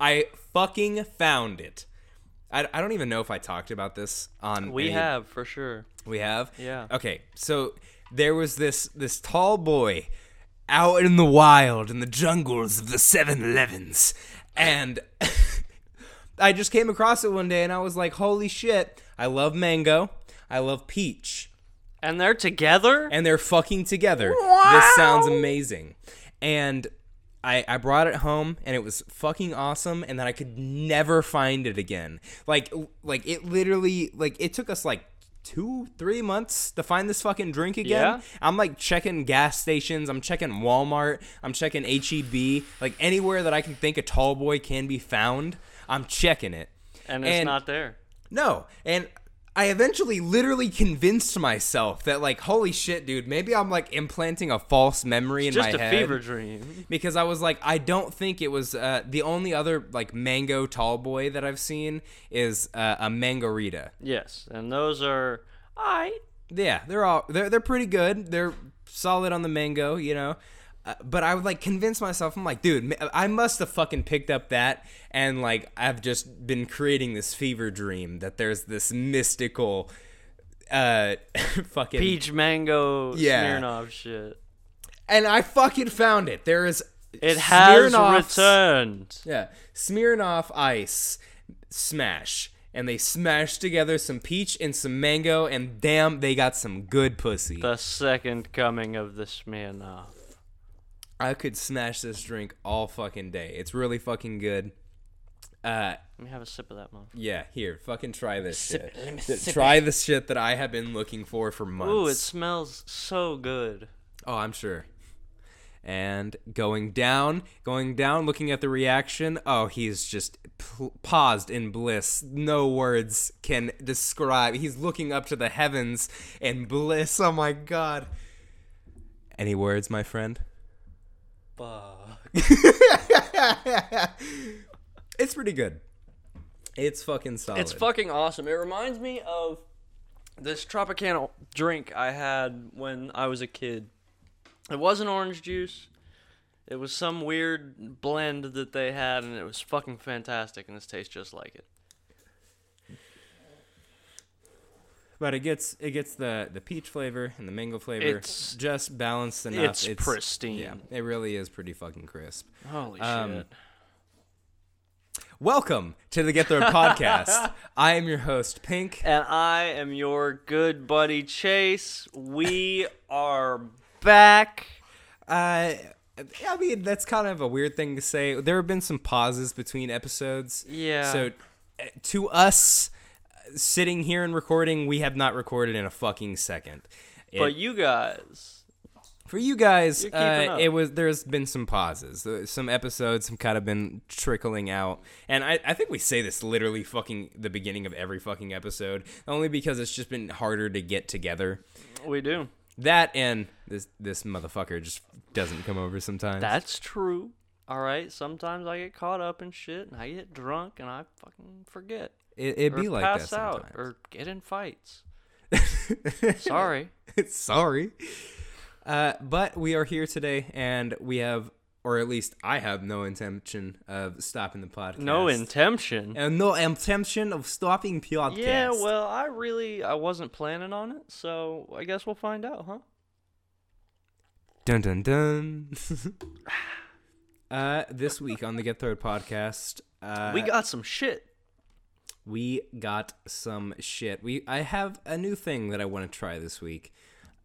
I fucking found it. I, I don't even know if I talked about this on. We any- have for sure. We have. Yeah. Okay. So there was this this tall boy out in the wild in the jungles of the Seven Elevens, and I just came across it one day, and I was like, "Holy shit! I love mango. I love peach." And they're together. and they're fucking together. This sounds amazing. And I, I brought it home and it was fucking awesome and then I could never find it again. Like like it literally like it took us like two, three months to find this fucking drink again. Yeah. I'm like checking gas stations, I'm checking Walmart, I'm checking H E B, like anywhere that I can think a tall boy can be found, I'm checking it. And it's and- not there. No. And I eventually literally convinced myself that like holy shit dude, maybe I'm like implanting a false memory in Just my a head fever dream. because I was like I don't think it was uh, the only other like mango tall boy that I've seen is uh, a mangarita. Yes. And those are I. Yeah, they're all they're they're pretty good. They're solid on the mango, you know. Uh, but I would like convince myself. I'm like, dude, ma- I must have fucking picked up that, and like I've just been creating this fever dream that there's this mystical, uh, fucking peach mango Yeah. Smirnoff shit. and I fucking found it. There is It has Smirnoff's- returned. Yeah, Smirnoff Ice Smash, and they smashed together some peach and some mango, and damn, they got some good pussy. The second coming of the Smirnoff. I could smash this drink all fucking day. It's really fucking good. Uh, Let me have a sip of that one. yeah, here, fucking try this shit. it, let me Th- sip try the shit that I have been looking for for months. Ooh, it smells so good. Oh, I'm sure. And going down, going down, looking at the reaction. Oh, he's just p- paused in bliss. No words can describe. He's looking up to the heavens in bliss. Oh my god. Any words, my friend? Fuck. It's pretty good. It's fucking solid. It's fucking awesome. It reminds me of this Tropicana drink I had when I was a kid. It wasn't orange juice. It was some weird blend that they had, and it was fucking fantastic, and this tastes just like it. but it gets it gets the the peach flavor and the mango flavor It's- just balanced enough. it's pristine. Uh, Yeah, Um, it really is pretty fucking crisp. Holy shit. Welcome to the Get There podcast. I am your host, Pink. And I am your good buddy Chase. We are back. Uh, I mean, that's kind of a weird thing to say. There have been some pauses between episodes. Yeah. So, uh, to us uh, sitting here and recording, we have not recorded in a fucking second. It- But you guys, for you guys, keeping uh, up. it was there's been some pauses. Uh, Some episodes have kind of been trickling out, and I, I think we say this literally fucking the beginning of every fucking episode, only because it's just been harder to get together. we do. That and this this motherfucker just doesn't come over sometimes. That's true. All right. Sometimes I get caught up in shit, and I get drunk, and I fucking forget. it, it'd Or be like that pass sometimes. out, or get in fights. Sorry. Sorry, uh, but we are here today, and we have, or at least I have, no intention of stopping the podcast. No intention. and no intention of stopping podcast. Yeah. Well, I really I wasn't planning on it, so I guess we'll find out, huh? Dun dun dun. uh, this week on the Get Third podcast, uh, we got some shit. we got some shit. We I have a new thing that I want to try this week.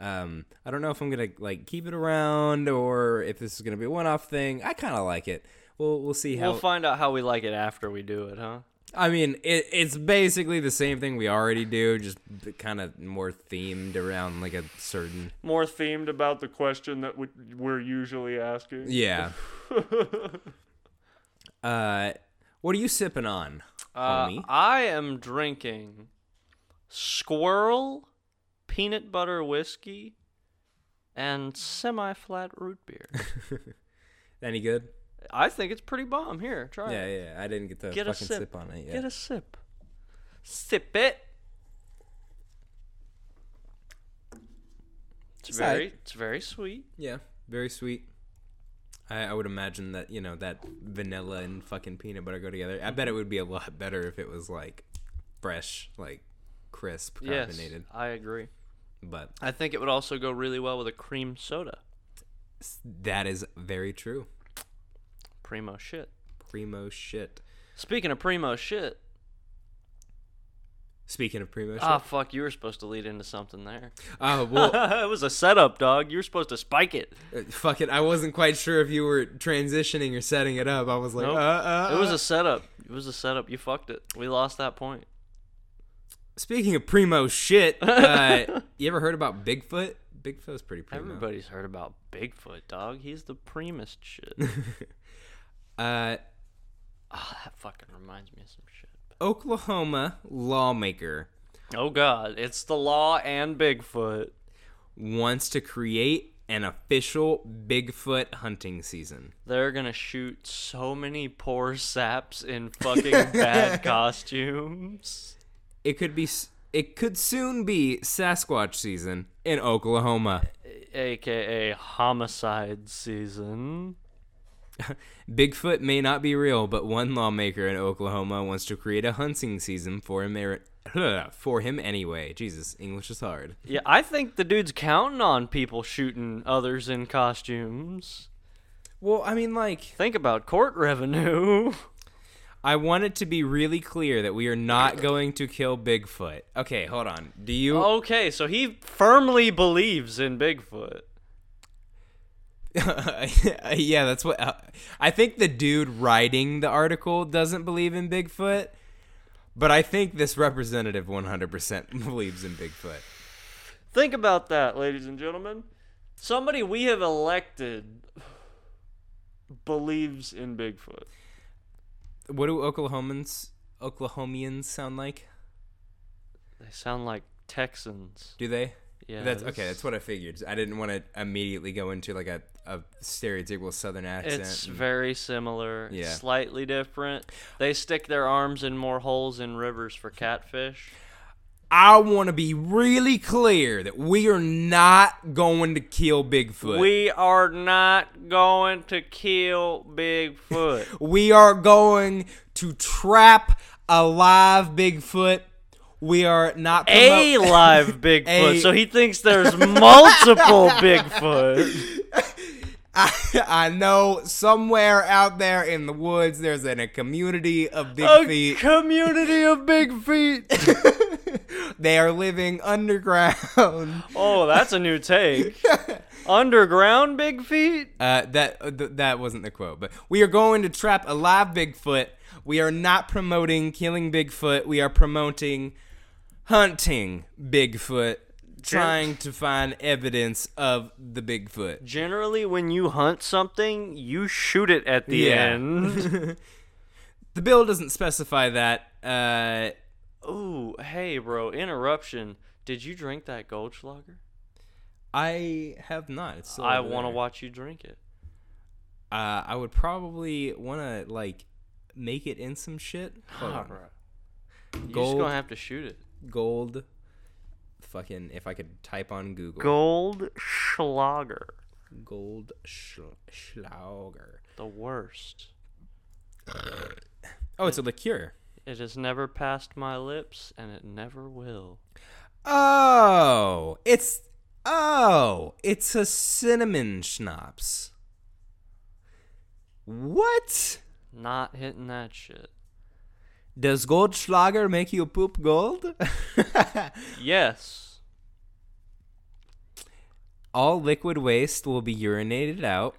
Um, I don't know if I'm gonna like keep it around or if this is gonna be a one-off thing. I kind of like it. We'll we'll see how. We'll find out how we like it after we do it, huh? I mean, it, it's basically the same thing we already do, just kind of more themed around like a certain. more themed about the question that we, we're usually asking. Yeah. uh, what are you sipping on, Uh, homie? I am drinking squirrel peanut butter whiskey and semi flat root beer. Any good? I think it's pretty bomb. Here, try Yeah, it. yeah. I didn't get the Get a fucking sip. sip on it yet. Get a sip. Sip it. It's It's very alright. it's very sweet. Yeah, very sweet. I, I would imagine that you know that vanilla and fucking peanut butter go together. I bet it would be a lot better if it was like fresh, like crisp, Yes, carbonated. I agree. But I think it would also go really well with a cream soda. s- that is very true. Primo shit. Primo shit. Speaking of primo shit, Speaking of primo shit, ah fuck, you were supposed to lead into something there. uh, well, it was a setup, dog. You were supposed to spike it. uh, fuck it. I wasn't quite sure if you were transitioning or setting it up. I was like, Nope. uh, uh, It was uh. a setup. It was a setup. You fucked it. We lost that point. Speaking of primo shit, uh, you ever heard about Bigfoot? Bigfoot's pretty primo. Everybody's heard about Bigfoot, dog. He's the primest shit. Uh, Ah, that fucking reminds me of some shit. Oklahoma lawmaker Oh god, it's the law and Bigfoot. wants to create an official Bigfoot hunting season. They're gonna shoot so many poor saps in fucking bad costumes. It could be s- it could soon be Sasquatch season in Oklahoma. AKA homicide season. Bigfoot may not be real, but one lawmaker in Oklahoma wants to create a hunting season for him er- for him anyway. Jesus, English is hard. Yeah, I think the dude's counting on people shooting others in costumes. Well, I mean like Think about court revenue. I want it to be really clear that we are not going to kill Bigfoot. Okay, hold on. Do you Okay, so he firmly believes in Bigfoot. yeah, that's what uh, I think. The dude writing the article doesn't believe in Bigfoot, but I think this representative 100% believes in Bigfoot. Think about that. Like, Ladies and gentlemen, somebody we have elected. believes in Bigfoot. What do Oklahomans, Oklahomians sound like? They sound like Texans. Do they? Yeah. That's okay. That's what I figured. I didn't want to immediately go into like a, a stereotypical Southern accent. It's very similar. Yeah. Slightly different. They stick their arms in more holes in rivers for catfish. I want to be really clear that we are not going to kill Bigfoot. We are not going to kill Bigfoot. We are going to trap a live Bigfoot. We are not a promo- live Bigfoot. A- So he thinks there's multiple Bigfoot. I, I know somewhere out there in the woods there's an, a community of big A feet. community of big feet. they are living underground. Oh, that's a new take. Underground big feet? Uh, that uh, th- that wasn't the quote, but we are going to trap a live Bigfoot. We are not promoting killing Bigfoot. We are promoting hunting Bigfoot, trying to find evidence of the Bigfoot. Generally, when you hunt something, you shoot it at the Yeah. end. The bill doesn't specify that. Uh, Ooh, hey, bro, interruption. Did you drink that Goldschlager? I have not. It's still I over want to there. watch you drink it. Uh, I would probably want to like make it in some shit. Hold on. You're just Gold- going to have to shoot it. Gold. Fucking. If I could type on Google. Goldschlager. Gold sch- Schlager. The worst. Oh, it's a liqueur. It has never passed my lips, and it never will. Oh, it's oh, it's a cinnamon schnapps. What? Not hitting that shit. Does Goldschlager make you poop gold? Yes. All liquid waste will be urinated out.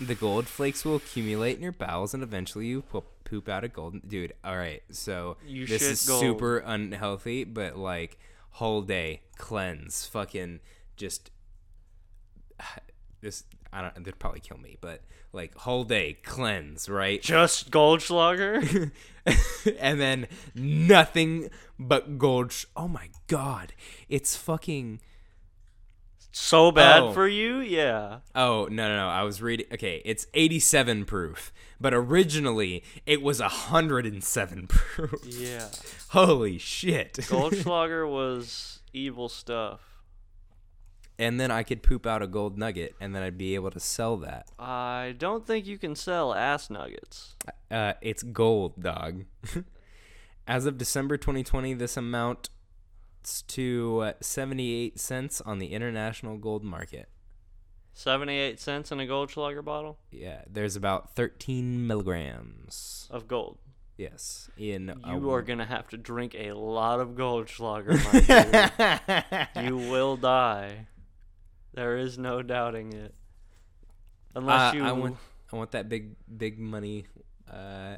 The gold flakes will accumulate in your bowels, and eventually you po- poop out a gold. Dude, all right. So You this shit is gold. super unhealthy, but like whole day cleanse, fucking just this. I don't. They'd probably kill me, but like whole day cleanse, right? Just Goldschlager? and then nothing but gold. Sh- oh my god, it's fucking. so bad Oh. for you? Yeah. Oh no no no! I was reading. Okay, it's 87 proof, but originally it was 107 proof. Yeah. Holy shit! Goldschlager was evil stuff. and then I could poop out a gold nugget, and then I'd be able to sell that. I don't think you can sell ass nuggets. Uh, it's gold, dog. As of December 2020, this amount to uh, 78 cents on the international gold market. 78 cents in a Goldschlager bottle Yeah, there's about 13 milligrams. of gold. Yes, in a- You are going to have to drink a lot of Goldschlager, my dude. You will die. There is no doubting it. Unless Uh, you I want I want that big big money uh,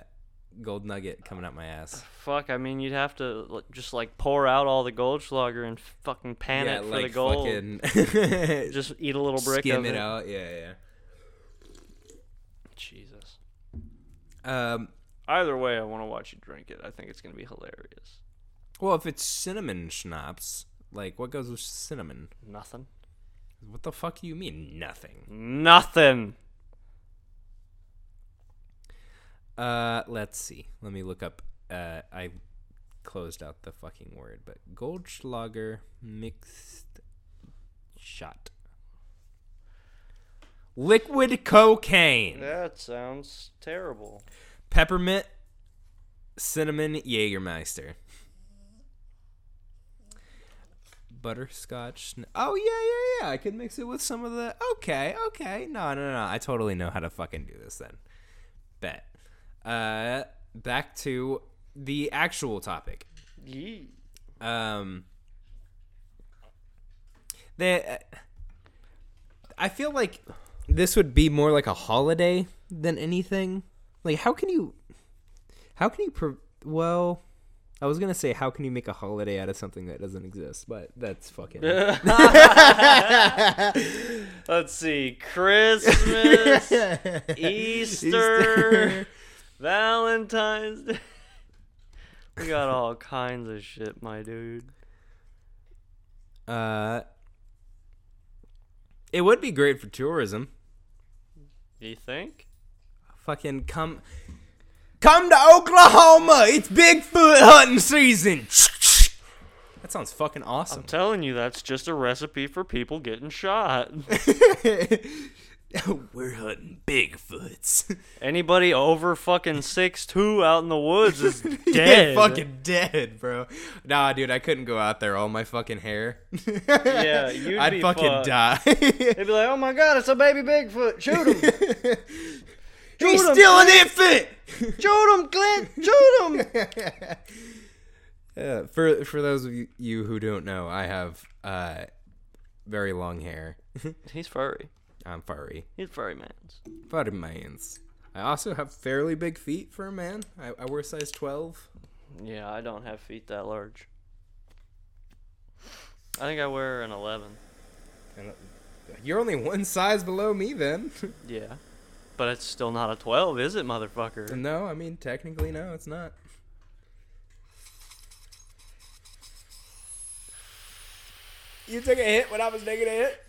gold nugget coming out my ass. fuck, I mean you'd have to li- just like pour out all the Goldschlager and fucking pan it for the gold. fucking just eat a little brick skim of it it. out. Yeah, yeah. Jesus. Um, Either way, I want to watch you drink it. I think it's going to be hilarious. well, if it's cinnamon schnapps, like what goes with cinnamon? Nothing. What the fuck do you mean nothing? Nothing. Uh, let's see. Let me look up. Uh, I closed out the fucking word, but Goldschlager mixed shot. Liquid cocaine. That sounds terrible. peppermint, cinnamon, Jägermeister, butterscotch. sn- Oh yeah, yeah, yeah. I could mix it with some of the. Okay, okay. No, no, no. I totally know how to fucking do this. Then, bet. Uh, back to the actual topic. Yee. Um, they, I feel like this would be more like a holiday than anything. Like, how can you, how can you, pro- well, I was gonna say how can you make a holiday out of something that doesn't exist, but that's fucking. Let's see. Christmas, Easter, Valentine's Day. We got all kinds of shit, my dude. Uh, it would be great for tourism. You think? Fucking come, come to Oklahoma. It's Bigfoot hunting season. That sounds fucking awesome. I'm telling you, that's just a recipe for people getting shot. We're hunting Bigfoots. Anybody over fucking six two out in the woods is dead. fucking dead, bro. Nah, dude, I couldn't go out there. All my fucking hair. Yeah, you'd I'd be fucking fucked. die. They'd be like, "Oh my god, it's a baby Bigfoot! Shoot him! He's him, still an infant. Shoot him, Clint! Shoot him!" Yeah, Uh, for for those of you- you who don't know, I have uh very long hair. He's furry. I'm furry. He's furry man's. Furry man's. I also have fairly big feet for a man. I, I wear size twelve. Yeah, I don't have feet that large. I think I wear an eleven. And uh, you're only one size below me, then. Yeah, but it's still not a twelve, is it, motherfucker? No, I mean technically no, it's not. You took a hit when I was taking a hit.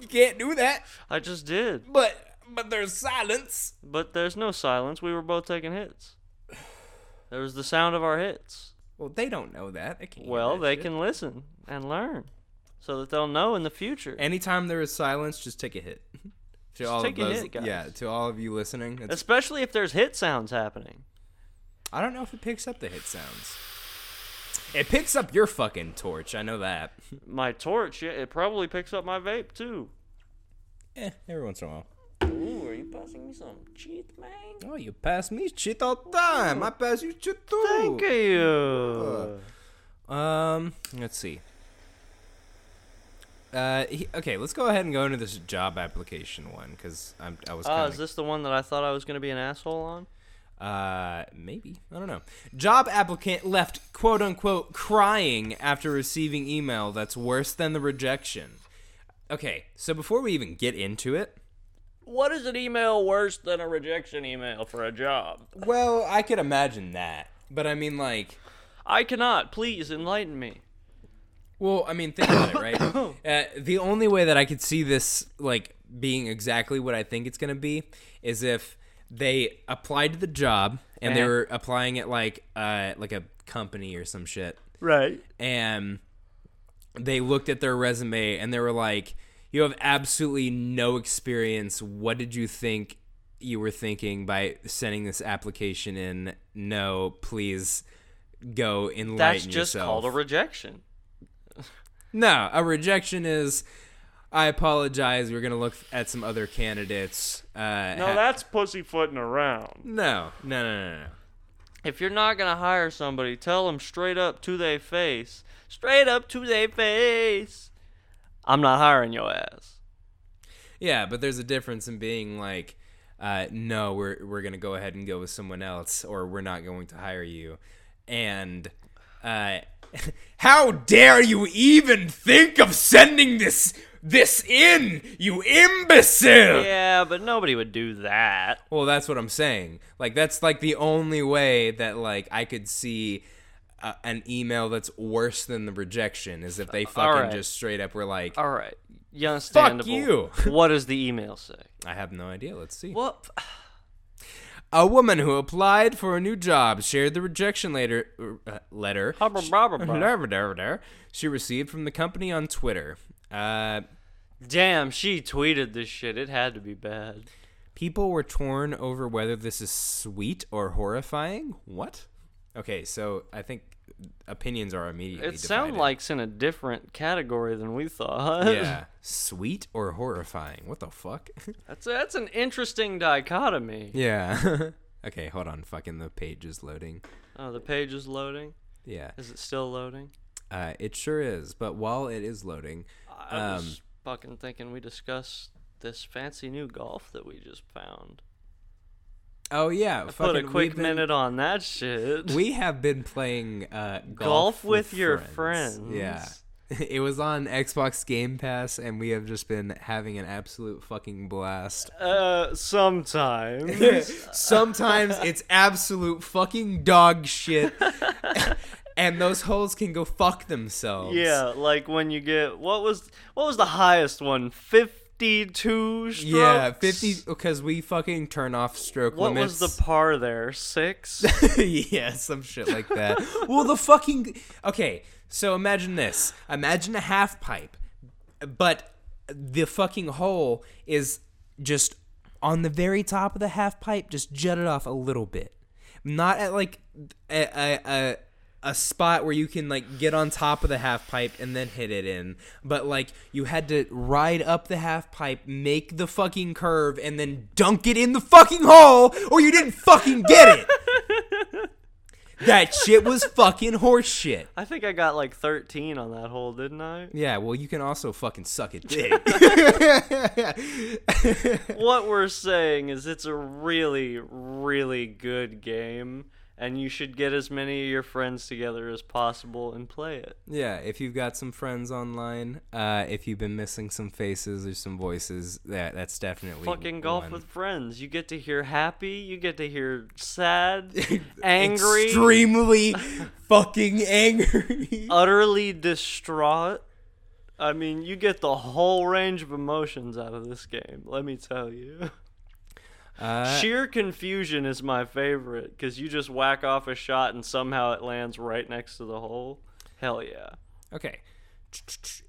You can't do that. I just did. But but there's silence. But there's no silence. We were both taking hits. There was the sound of our hits. Well, they don't know that. They can't hear Well, that they shit. can listen and learn, so that they'll know in the future. Anytime there is silence, just take a hit. to all take a of those, hit, guys. Yeah, to all of you listening. It's, Especially if there's hit sounds happening. I don't know if it picks up the hit sounds. It picks up your fucking torch. I know that. My torch, yeah, it probably picks up my vape too. eh, every once in a while. Ooh, are you passing me some cheat, man? Oh, you pass me shit all the time. I pass you shit too. Thank you. Um, let's see. Uh, he, okay, let's go ahead and go into this job application one because I'm I was Ah, kind is this the one that I thought I was gonna be an asshole on? uh maybe I don't know. Job applicant left quote unquote crying after receiving email that's worse than the rejection. Okay, so before we even get into it, What is an email worse than a rejection email for a job? well, I could imagine that, but I mean like. I cannot. Please enlighten me. Well, I mean, think about it, right? uh, the only way that I could see this like being exactly what I think it's going to be is if they applied to the job and they Uh-huh. were applying at like uh, like a company or some shit, Right. and they looked at their resume and they were like, "You have absolutely no experience. What did you think you were thinking by sending this application in? No, please go enlighten That's just yourself." called a rejection. No, a rejection is. I apologize. We're gonna look at some other candidates. Uh, No, ha- that's pussyfooting around. no, no, no, no, no. If you're not gonna hire somebody, tell them straight up to their face. Straight up to their face. I'm not hiring your ass. Yeah, but there's a difference in being like, uh, no, we're we're gonna go ahead and go with someone else, or we're not going to hire you. And uh, how dare you even think of sending this this in, you imbecile! Yeah, but nobody would do that. Well, that's what I'm saying. Like that's like the only way that like I could see uh, an email that's worse than the rejection is if they fucking right. just straight up were like, All right, you understandable. you. what does the email say? I have no idea. Let's see. What? A woman who applied for a new job shared the rejection later, uh, letter Hubba bubba bubba. she received from the company on Twitter. Uh, Damn, she tweeted this shit. It had to be bad. people were torn over whether this is sweet or horrifying. What? Okay, so I think opinions are immediately. It sounds divided. like it's in a different category than we thought. yeah, sweet or horrifying. What the fuck? that's that's an interesting dichotomy. yeah. okay, hold on. Fucking the page is loading. Oh, the page is loading. Yeah, Is it still loading? uh, it sure is. But while it is loading, I was fucking thinking we discussed this fancy new golf that we just found. oh yeah, I Put a quick minute on that shit. We have been playing uh, golf, Golf with your friends. Yeah, it was on Xbox Game Pass, and we have just been having an absolute fucking blast. uh, sometimes. Sometimes it's absolute fucking dog shit, and those holes can go fuck themselves. Yeah, like when you get what was what was the highest one? Fifty two strokes. yeah, fifty because we fucking turn off stroke What limits. was the par there? Six. yeah, some shit like that. well, the fucking okay. So imagine this. Imagine a half pipe, but the fucking hole is just on the very top of the half pipe, just jutted off a little bit, not at like a a. a a spot where you can like get on top of the half pipe and then hit it in but like you had to ride up the half pipe make the fucking curve and then dunk it in the fucking hole or you didn't fucking get it that shit was fucking horseshit. I think I got like thirteen on that hole, didn't I? Yeah, well, you can also fucking suck a dick. what we're saying is it's a really, really good game, and you should get as many of your friends together as possible and play it. yeah, if you've got some friends online, uh, if you've been missing some faces or some voices, that that's definitely Fucking golf one. with friends. You get to hear happy, you get to hear sad, angry, extremely fucking angry. utterly distraught. I mean, you get the whole range of emotions out of this game, let me tell you. Uh, Sheer confusion is my favorite because you just whack off a shot and somehow it lands right next to the hole. Hell yeah. Okay.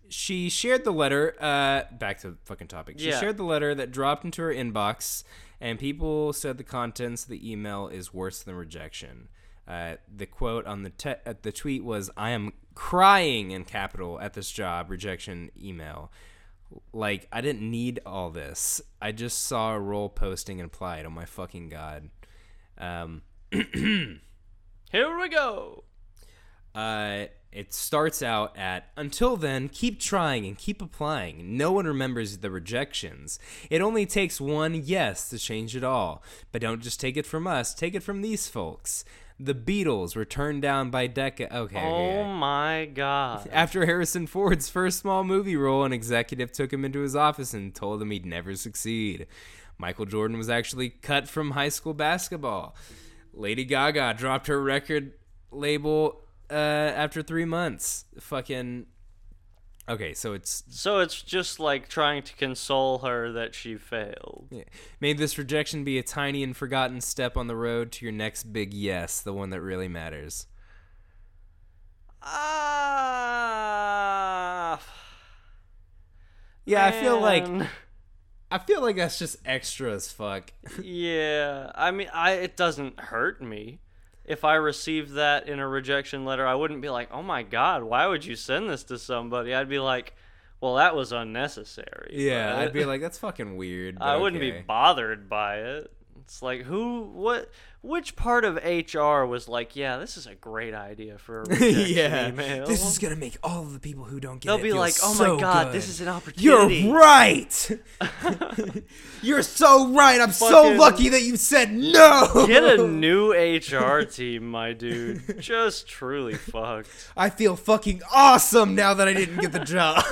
She shared the letter. Uh, back to the fucking topic. She Yeah. shared the letter that dropped into her inbox, and people said the contents of the email is worse than rejection. Uh, the quote on the te- at the tweet was, "I am crying in capital at this job rejection email. Like I didn't need all this. I just saw a role posting and applied. Oh my fucking god." Um, Here we go. Uh, it starts out at until then, keep trying and keep applying. No one remembers the rejections. It only takes one yes to change it all. But don't just take it from us, take it from these folks. The Beatles were turned down by Decca. Okay. Oh okay. my god. After Harrison Ford's first small movie role, an executive took him into his office and told him he'd never succeed. Michael Jordan was actually cut from high school basketball. Lady Gaga dropped her record label uh, after three months. Fucking. Okay, so it's So it's just like trying to console her that she failed. Yeah. May this rejection be a tiny and forgotten step on the road to your next big yes, the one that really matters. Ah. Yeah, I feel like man. I feel like that's just extra as fuck. Yeah, I mean, I it doesn't hurt me. If I received that in a rejection letter, I wouldn't be like, "Oh my god, why would you send this to somebody?" I'd be like, "Well, that was unnecessary." Yeah, but I'd be like, that's fucking weird. I but wouldn't be okay. bothered by it. It's like, who, what, which part of HR was like, "Yeah, this is a great idea for a rejection yeah, email." this is gonna make all of the people who don't get They'll it be feel like, "Oh so my god, good. this is an You're opportunity." right. You're so right. I'm so Fucking- lucky that you said no. Get a new HR team, my dude. Just truly fucked. I feel fucking awesome now that I didn't get the job.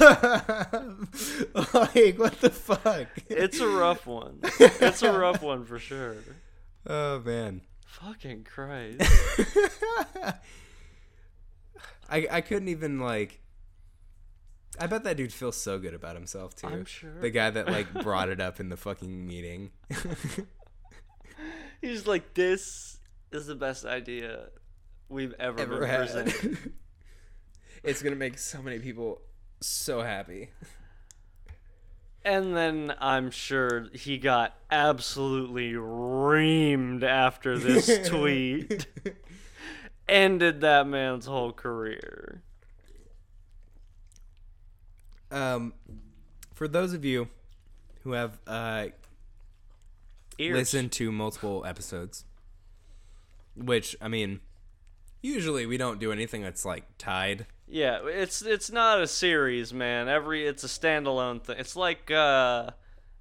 like, what the fuck? It's a rough one. It's a rough one for sure. Oh man. Fucking Christ. I I couldn't even like I bet that dude feels so good about himself too. I'm sure. The guy that like brought it up in the fucking meeting. He's like, this is the best idea we've ever, Ever been had. presented. it's gonna make so many people so happy. And then I'm sure he got absolutely reamed after this tweet. Ended that man's whole career. Um for those of you who have uh Ears. listened to multiple episodes. Which I mean usually we don't do anything that's like tied. Yeah, it's it's not a series, man. Every it's a standalone thing. It's like uh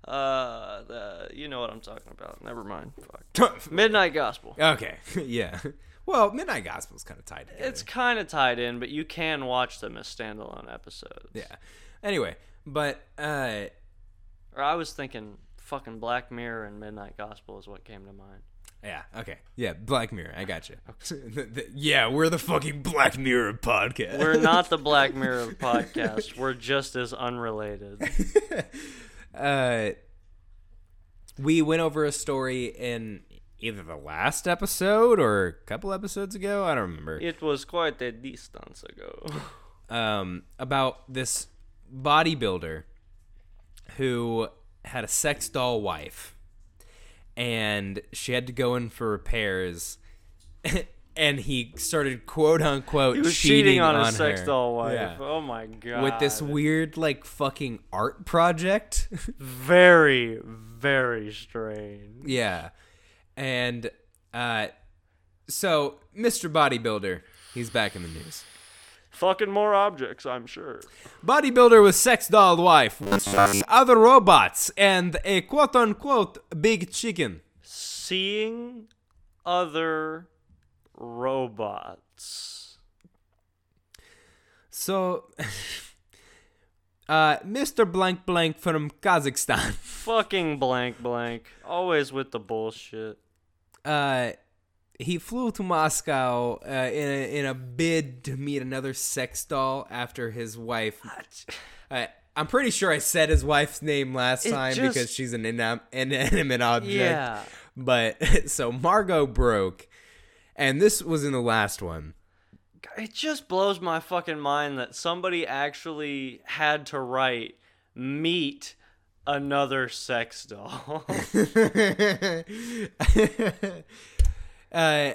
uh the, you know what I'm talking about. Never mind. Fuck. Midnight Gospel. okay. yeah. Well, Midnight Gospel's kinda tied together. It's kind of tied in, but you can watch them as standalone episodes. Yeah. Anyway, but uh Or I was thinking fucking Black Mirror and Midnight Gospel is what came to mind. yeah, okay. Yeah, Black Mirror, I got you. yeah, we're the fucking Black Mirror podcast. We're not the Black Mirror podcast. We're just as unrelated. uh we went over a story in either the last episode or a couple episodes ago, I don't remember. It was quite a distance ago. um, about this bodybuilder who had a sex doll wife, and she had to go in for repairs, and he started quote unquote He was cheating, cheating, on, his her. sex doll wife. Yeah. Oh my god. With this weird like fucking art project, very very strange. yeah, and uh, so Mr. Bodybuilder, he's back in the news. Fucking more objects, I'm sure. Bodybuilder with sex doll wife, other robots, and a quote unquote big chicken. Seeing other robots. So, uh, Mr. Blank Blank from Kazakhstan, Fucking blank blank. Always with the bullshit. uh, he flew to Moscow uh, in, a, in a bid to meet another sex doll after his wife. Uh, I'm pretty sure I said his wife's name last It time just- because she's an, inam- an inanimate object. Yeah. But so Margot broke, and this was in the last one. It just blows my fucking mind that somebody actually had to write meet another sex doll. uh,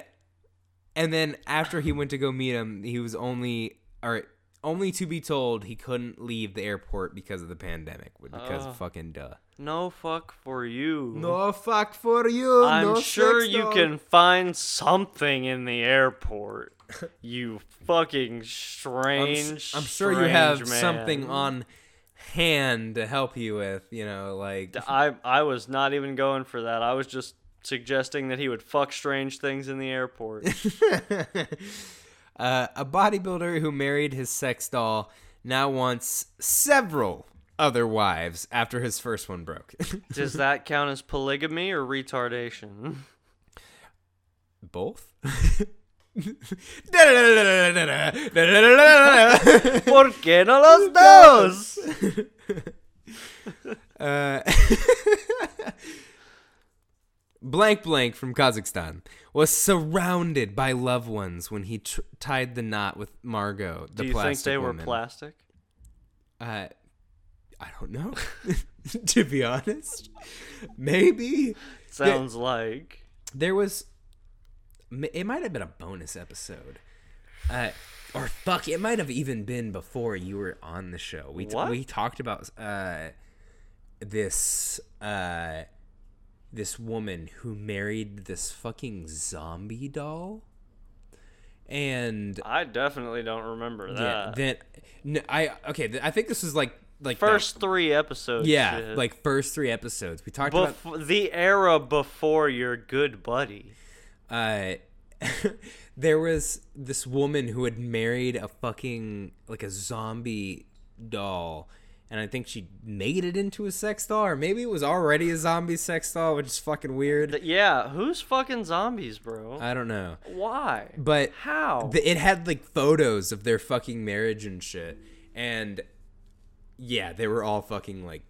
and then after he went to go meet him, he was only or only to be told he couldn't leave the airport because of the pandemic. Because Oh. fucking duh. no fuck for you. No fuck for you. I'm no sure sex you doll. can find something in the airport. You fucking I'm, s- strange. I'm sure you have strange man. something on hand to help you with. You know, like I I was not even going for that. I was just suggesting that he would fuck strange things in the airport. uh, a bodybuilder who married his sex doll now wants several other wives after his first one broke. Does that count as polygamy or retardation? Both? uh, ¿Por qué no los dos? Uh, but blank blank from Kazakhstan was surrounded by loved ones when he tr- tied the knot with Margot, the Do you think plastic they were woman. plastic? Uh, I don't know. to be honest, maybe Sounds like. there was. m- It might have been a bonus episode, uh, or fuck, it might have even been before you were on the show. We t- What? we talked about uh, this uh, this woman who married this fucking zombie doll, and I definitely don't remember yeah, that. then no, I okay. Th- I think this was like like the- First three episodes. yeah, shit. like first three episodes. We talked about Bef- the era before your good buddy. uh, there was this woman who had married a fucking like a zombie doll and i think she made it into a sex doll or maybe it was already a zombie sex doll which is fucking weird Th- yeah, who's fucking zombies, bro? i don't know Why? but How? th- it had like photos of their fucking marriage and shit and yeah they were all fucking like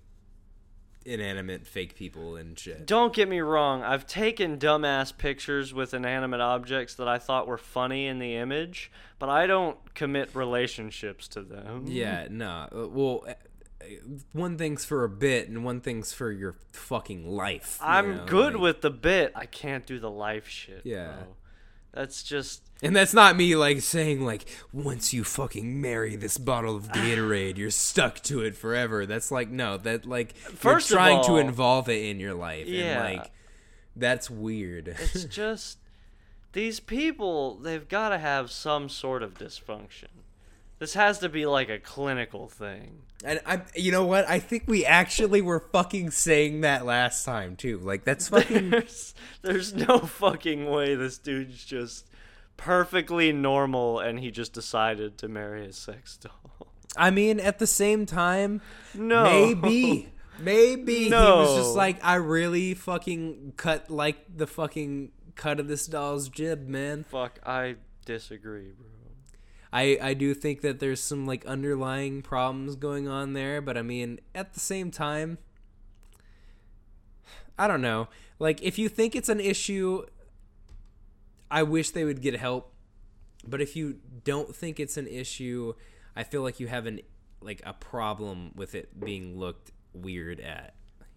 inanimate fake people and shit Don't get me wrong, I've taken dumbass pictures with inanimate objects that I thought were funny in the image, but I don't commit relationships to them. Yeah, no. Uh, Well, uh, uh, one thing's for a bit, and one thing's for your fucking life. you I'm know, good like- with the bit. I can't do the life shit. Yeah. bro. That's just and that's not me like saying like once you fucking marry this bottle of Gatorade, you're stuck to it forever. That's like no, that like First you're of trying all- to involve it in your life, Yeah. and like that's weird. it's just these people, they've got to have some sort of dysfunction. This has to be like a clinical thing. and I, you know what? I think we actually were fucking saying that last time too. Like that's fucking There's, there's no fucking way this dude's just perfectly normal and he just decided to marry a sex doll. I mean, at the same time, No. maybe, maybe he was No. just like, I really fucking cut like the fucking cut of this doll's jib, man. Fuck, I disagree, bro. I I do think that there's some like underlying problems going on there, but I mean, at the same time, I don't know. Like, if you think it's an issue, I wish they would get help. But if you don't think it's an issue, I feel like you have an like a problem with it being looked weird at.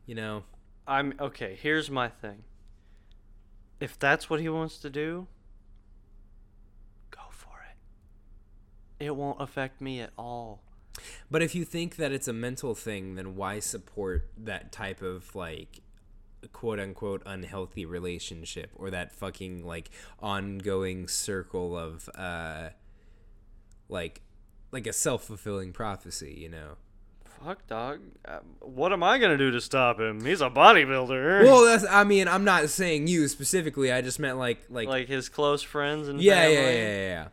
You know? I'm okay, here's my thing. If that's what he wants to do, go for it. It won't affect me at all. But if you think that it's a mental thing, then why support that type of like quote unquote unhealthy relationship or that fucking like ongoing circle of uh like like a self-fulfilling prophecy, you know. Fuck, dog. Uh, What am I gonna do to stop him? He's a bodybuilder. Well, that's I mean, I'm not saying you specifically. I just meant like like, like his close friends and yeah, family. yeah, yeah, yeah, yeah.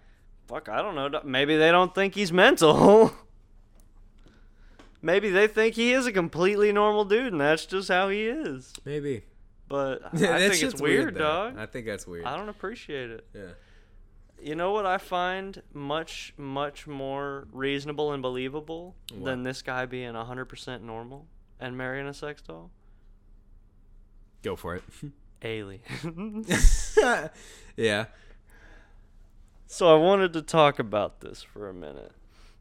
Fuck, I don't know. Maybe they don't think he's mental. Maybe they think he is a completely normal dude, and that's just how he is. Maybe. But I That think it's shit's weird, though. dog. I think that's weird. I don't appreciate it. yeah. You know what I find much, much more reasonable and believable than this guy being 100% normal and marrying a sex doll? Go for it. Alien. yeah. So I wanted to talk about this for a minute.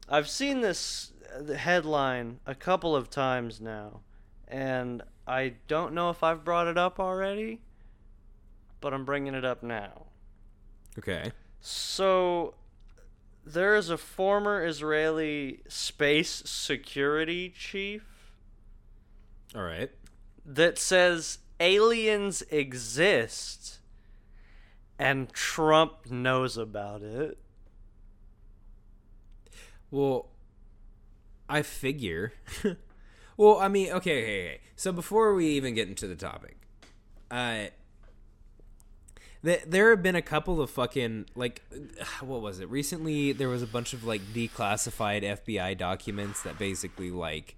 I've seen this uh, the headline a couple of times now, and I don't know if I've brought it up already, but I'm bringing it up now. Okay. So there is a former Israeli space security chief All right. that says aliens exist and Trump knows about it. Well, I figure. well, I mean, okay, okay, okay. So before we even get into the topic, uh, th- there have been a couple of fucking like, what was it? Recently, there was a bunch of like declassified FBI documents that basically like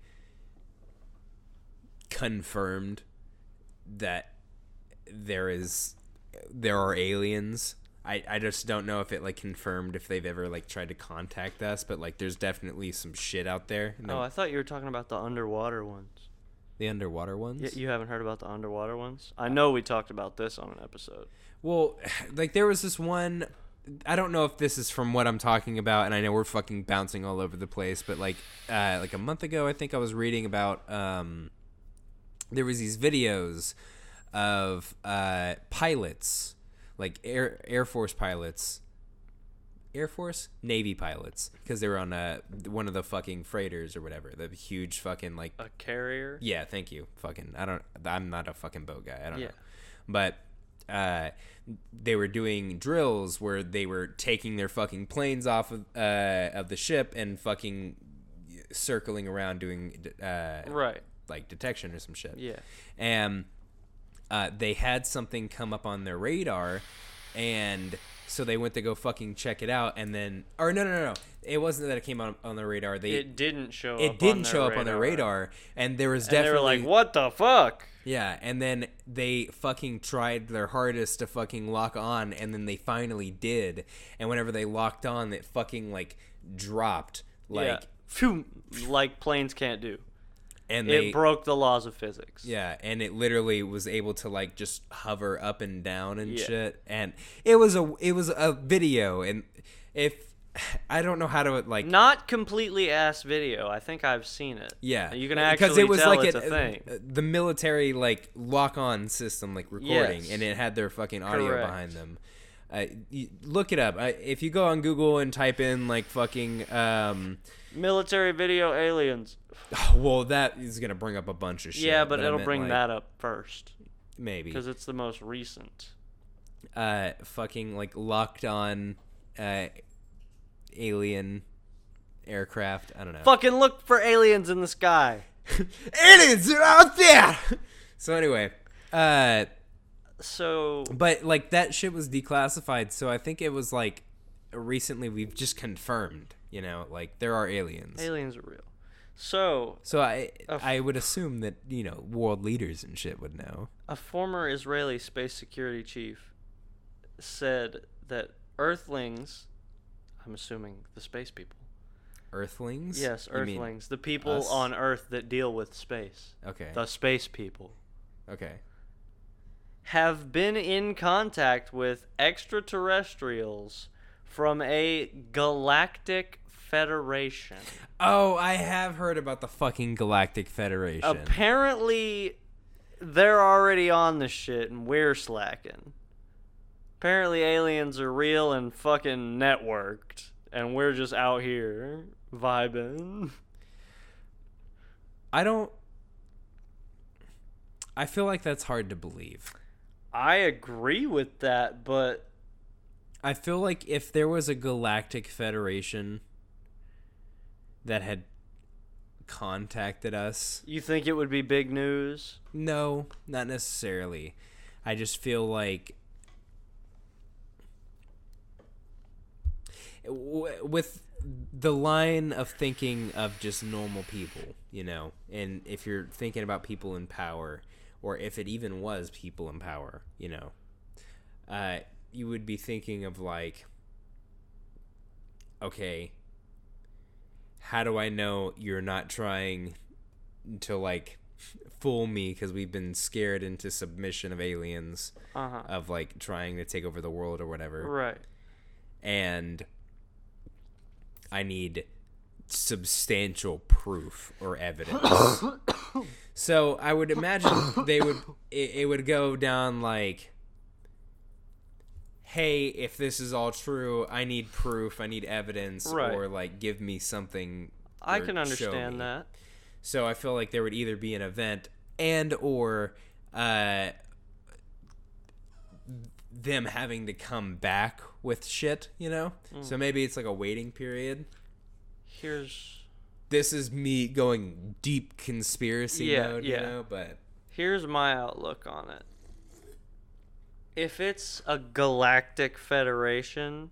confirmed that there is there are aliens. I, I just don't know if it like confirmed if they've ever like tried to contact us, but like there's definitely some shit out there. Oh, I thought you were talking about the underwater ones. The underwater ones. Y- You haven't heard about the underwater ones? I know we talked about this on an episode. Well, like there was this one. I don't know if this is from what I'm talking about, and I know we're fucking bouncing all over the place. But like, uh, like a month ago, I think I was reading about. Um, there was these videos of uh, pilots, like air Air Force pilots, Air Force Navy pilots, because they were on a one of the fucking freighters or whatever, the huge fucking like A carrier? yeah, thank you. Fucking, I don't. I'm not a fucking boat guy. I don't Yeah. know. But uh, they were doing drills where they were taking their fucking planes off of uh, of the ship and fucking circling around doing uh, Right. like detection or some shit. Yeah. And uh, they had something come up on their radar, and so they went to go fucking check it out. And then, or no, no, no, no. It wasn't that it came on on their radar. They It didn't show it up. didn't on their show up on their radar, and there was And definitely they were like, what the fuck? yeah, and then they fucking tried their hardest to fucking lock on, and then they finally did. And whenever they locked on, it fucking like dropped, like, yeah. Phew, like planes can't do. and It they broke the laws of physics. yeah, and it literally was able to like just hover up and down and Yeah. shit. And it was a it was a video, and if I don't know how to like Not completely ass video. I think I've seen Uh, it. Yeah, You can actually tell it's a thing. uh, the military like lock on system like recording, Yes. and it had their fucking audio Correct. behind them. Uh, you, look it up. I, if you go on Google and type in like fucking, um, Military video aliens. well, that is gonna bring up a bunch of shit. yeah, but I it'll meant, bring like, that up first maybe. because it's the most recent. Uh, fucking like locked on, uh, alien aircraft. I don't know. Fucking look for aliens in the sky. aliens are out there. so anyway, uh. So But like that shit was declassified, so I think it was like recently we've just confirmed, you know, like there are aliens. aliens are real. So so I Oh. I would assume that, you know, world leaders and shit would know. a former Israeli space security chief said that Earthlings, I'm assuming the space people. Earthlings? Yes, You mean- Earthlings, the people us? on Earth that deal with space, Okay. the space people. Okay. have been in contact with extraterrestrials from a galactic federation. Oh, I have heard about the fucking Galactic Federation. Apparently, they're already on the shit and we're slacking. Apparently, aliens are real and fucking networked, and we're just out here vibing. I don't I feel like that's hard to believe. I agree with that, but I feel like if there was a galactic federation that had contacted us, you think it would be big news? no, not necessarily. I just feel like w- with the line of thinking of just normal people, you know, and if you're thinking about people in power, or if it even was people in power, you know, uh, you would be thinking of like, okay, how do I know you're not trying to like fool me because we've been scared into submission of aliens, Uh huh. of like trying to take over the world or whatever Right. and I need substantial proof or evidence. so I would imagine they would it, it would go down like hey if this is all true i need proof i need evidence Right. or like give me something I or can show understand me." that. So I feel like there would either be an event and or uh, them having to come back with shit, you know? Mm. So maybe it's like a waiting period. Here's This is me going deep conspiracy Yeah, mode, yeah. you know, but Here's my outlook on it. If it's a galactic federation,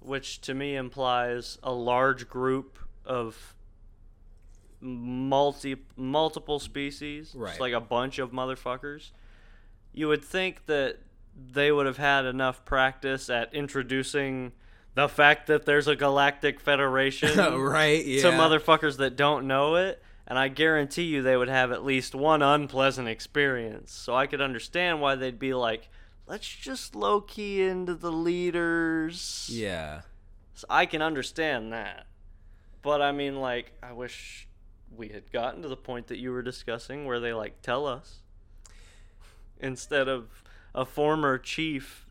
which to me implies a large group of multi multiple species, Right. just like a bunch of motherfuckers, you would think that they would have had enough practice at introducing the fact that there's a galactic federation right, yeah. to motherfuckers that don't know it and I guarantee you they would have at least one unpleasant experience. So I could understand why they'd be like, let's just low key into the leaders. Yeah. So I can understand that. But I mean, like, I wish we had gotten to the point that you were discussing where they, like, tell us. Instead of a former chief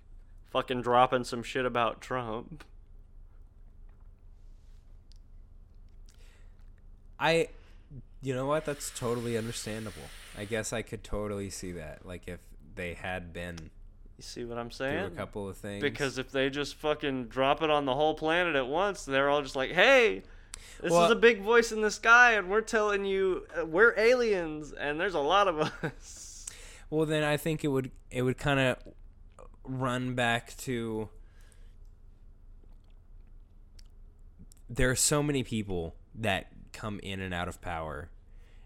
fucking dropping some shit about Trump. I you know what? That's totally understandable. I guess I could totally see that. Like if they had been You see what I'm through a saying? couple of things. Because if they just fucking drop it on the whole planet at once, they're all just like, hey, this Well- is a big voice in the sky, and we're telling you uh, we're aliens, and there's a lot of us. Well, then I think it would it would kind of run back to there are so many people that come in and out of power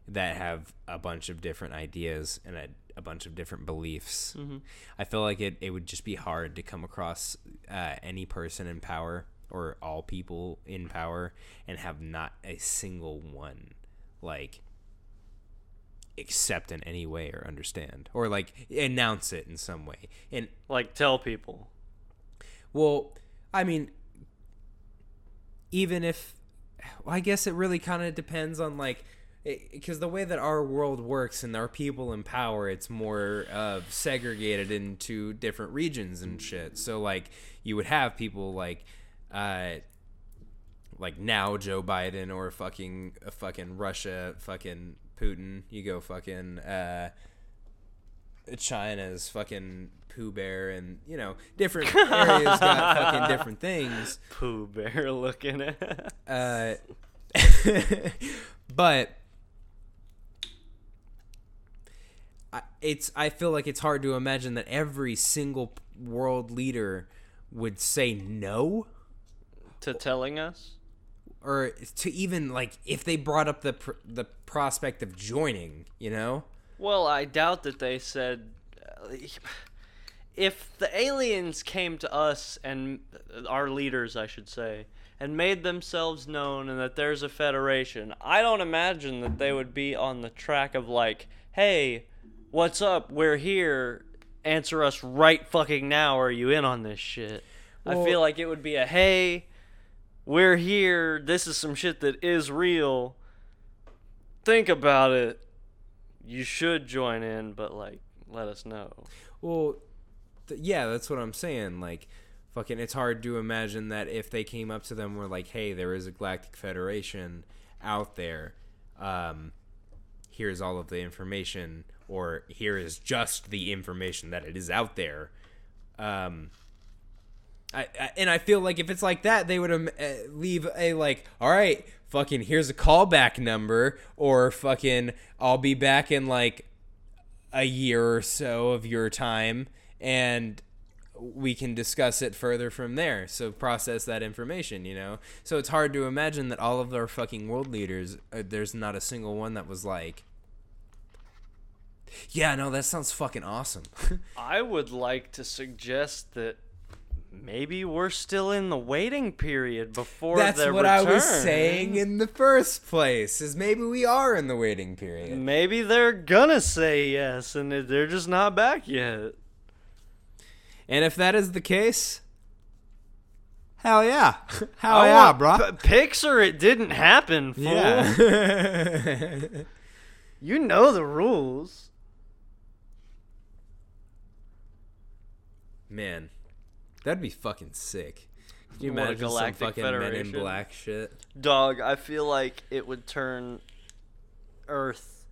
that have a bunch of different ideas and a, a bunch of different beliefs. I feel like it, it would just be hard to come across uh, any person in power or all people in power and have not a single one like accept in any way or understand or like announce it in some way. And Like, tell people. well, I mean, even if, well, I guess it really kind of depends on like, because the way that our world works and our people in power, it's more uh, segregated into different regions and shit. So like, you would have people like, uh, like now Joe Biden or fucking uh, fucking Russia, fucking Putin. You go fucking. Uh, China's fucking Pooh Bear and, you know, different areas got fucking different things. Pooh Bear looking at. Uh, but I, it's I feel like it's hard to imagine that every single world leader would say no to telling us? or to even like if they brought up the pr- the prospect of joining, you know? Well, I doubt that they said. uh, If the aliens came to us and our leaders, I should say, and made themselves known and that there's a federation, I don't imagine that they would be on the track of, like, hey, what's up? We're here. Answer us right fucking now. Or are you in on this shit? I Well- feel like it would be a, hey, we're here. This is some shit that is real. Think about it you should join in, but like let us know. Well, th- yeah, that's what I'm saying. Like, fucking, it's hard to imagine that if they came up to them, were like, "Hey, there is a Galactic Federation out there. Um, here's all of the information, or here is just the information that it is out there." Um, I, I and I feel like if it's like that, they would um, uh, leave a like, all right, fucking, here's a callback number, or fucking, I'll be back in like a year or so of your time and we can discuss it further from there so process that information you know so it's hard to imagine that all of our fucking world leaders uh, there's not a single one that was like yeah no that sounds fucking awesome I would like to suggest that maybe we're still in the waiting period before that's their what i was return. saying in the first place is maybe we are in the waiting period Maybe they're gonna say yes, and they- they're just not back yet. and if that is the case hell yeah hell I Oh, yeah want bro P- Pixar, it didn't happen, fool. yeah You know the rules. Man, that'd be fucking sick. Can you What a imagine some galactic fucking Men in federation. Black shit? Dog, I feel like it would turn Earth,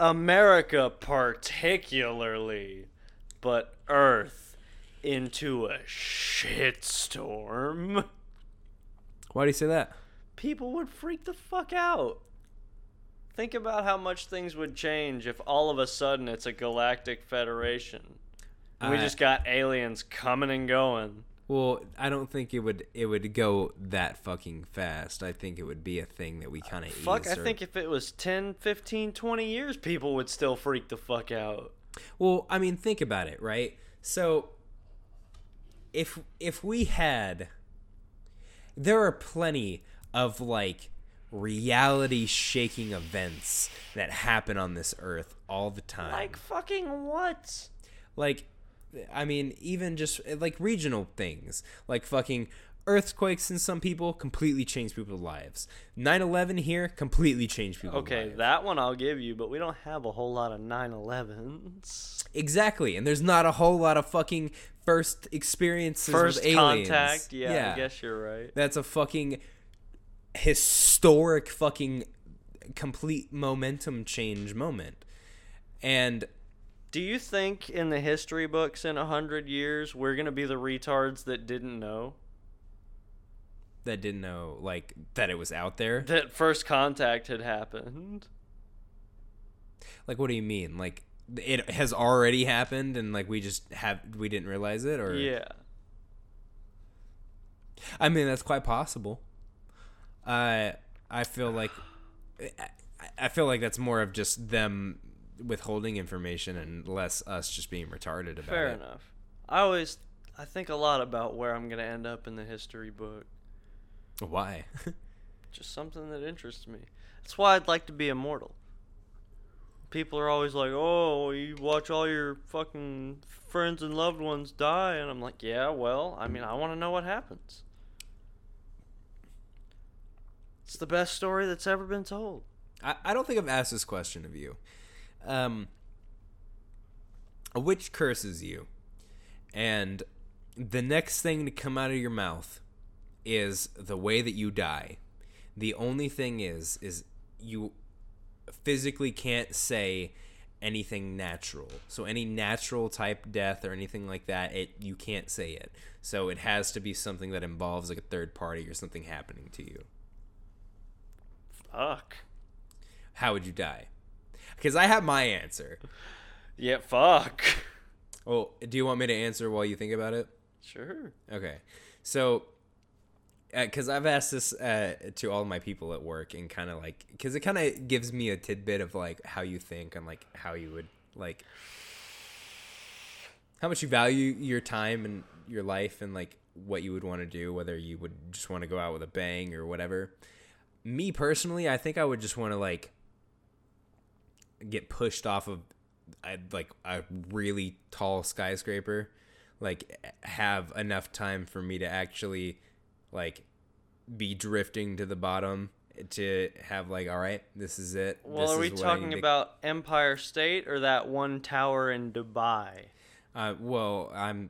America particularly, but Earth into a shitstorm. Why do you say that? People would freak the fuck out. Think about how much things would change if all of a sudden it's a galactic federation. And we I- just got aliens coming and going. Well, I don't think it would it would go that fucking fast. I think it would be a thing that we kind of Uh, Fuck, I think if it was 10, 15, 20 years, people would still freak the fuck out. Well, I mean, think about it, right? So if if we had there are plenty of like reality shaking events that happen on this earth all the time. Like fucking what? like i mean even just eh, like regional things like fucking earthquakes in some people completely change people's lives 9-11 here completely changed people's Okay, lives that one I'll give you, but we don't have a whole lot of 9/11s. exactly and there's not a whole lot of fucking first experiences First with aliens. contact. Yeah, I guess you're right. that's a fucking historic fucking complete momentum change moment and Do you think in the history books in a hundred years we're gonna be the retards that didn't know that didn't know like that it was out there that first contact had happened? Like, what do you mean? Like, it has already happened, and like we just have we didn't realize it, or Yeah. I mean, that's quite possible. I I feel like I, I feel like that's more of just them withholding information and less us just being retarded about Fair it. enough. I always I think a lot about where I'm gonna end up in the history book. Why? Just something that interests me. That's why I'd like to be immortal. People are always like, "Oh, you watch all your fucking friends and loved ones die," and I'm like, "Yeah, well, I mean, I want to know what happens." It's the best story that's ever been told. I, I don't think I've asked this question of you. Um, a witch curses you, and the next thing to come out of your mouth is the way that you die. The only thing is, is you physically can't say anything natural. So any natural type death or anything like that, it you can't say it. So it has to be something that involves like a third party or something happening to you. Fuck. How would you die? Because I have my answer. Yeah, fuck. Oh, do you want me to answer while you think about it? Sure. Okay. So, because I've asked this uh, to all my people at work and kind of like, because it kind of gives me a tidbit of like how you think and like how you would like, how much you value your time and your life and like what you would want to do, whether you would just want to go out with a bang or whatever. Me personally, I think I would just want to like get pushed off of a, like a really tall skyscraper like have enough time for me to actually like be drifting to the bottom to have like all right this is it Well, This are we is what I need talking to- about Empire State or that one tower in Dubai? uh, well i'm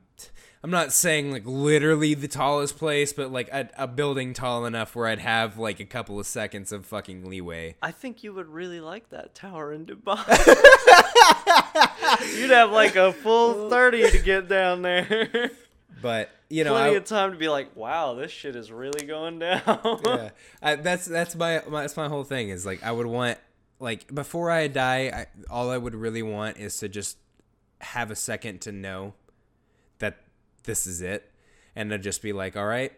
i'm not saying like literally the tallest place but like a, a building tall enough where i'd have like a couple of seconds of fucking leeway I think you would really like that tower in Dubai. You'd have like a full 30 to get down there. but you know Plenty I- of time to be like, wow, this shit is really going down. yeah, I, that's that's my, my that's my whole thing is like I would want like before I die, I, all I would really want is to just have a second to know that this is it, and to just be like, all right,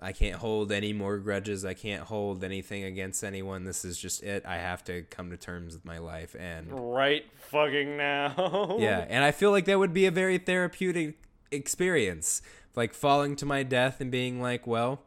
I can't hold any more grudges. I can't hold anything against anyone. This is just it. I have to come to terms with my life, and Right fucking now. yeah, and I feel like that would be a very therapeutic experience, like falling to my death and being like, well,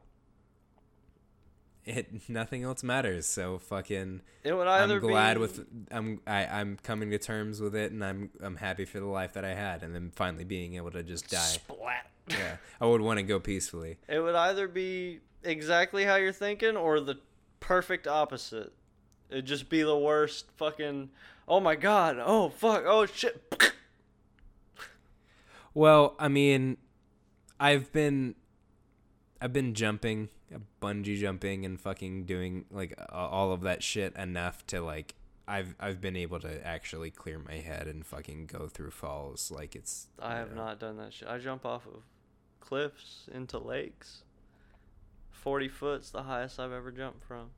it nothing else matters. So fucking, It would I'm either glad be, with I'm I, I'm coming to terms with it, and I'm I'm happy for the life that I had, and then finally being able to just die. Splat. Yeah, I would want to go peacefully. It would either be exactly how you're thinking or the perfect opposite. It'd just be the worst fucking, oh my god, oh fuck, oh shit. Well, I mean, I've been I've been jumping, bungee jumping and fucking doing like a- all of that shit enough to like I've I've been able to actually clear my head and fucking go through falls like it's I you have know. not done that shit. I jump off of cliffs into lakes. Forty foot's the highest I've ever jumped from.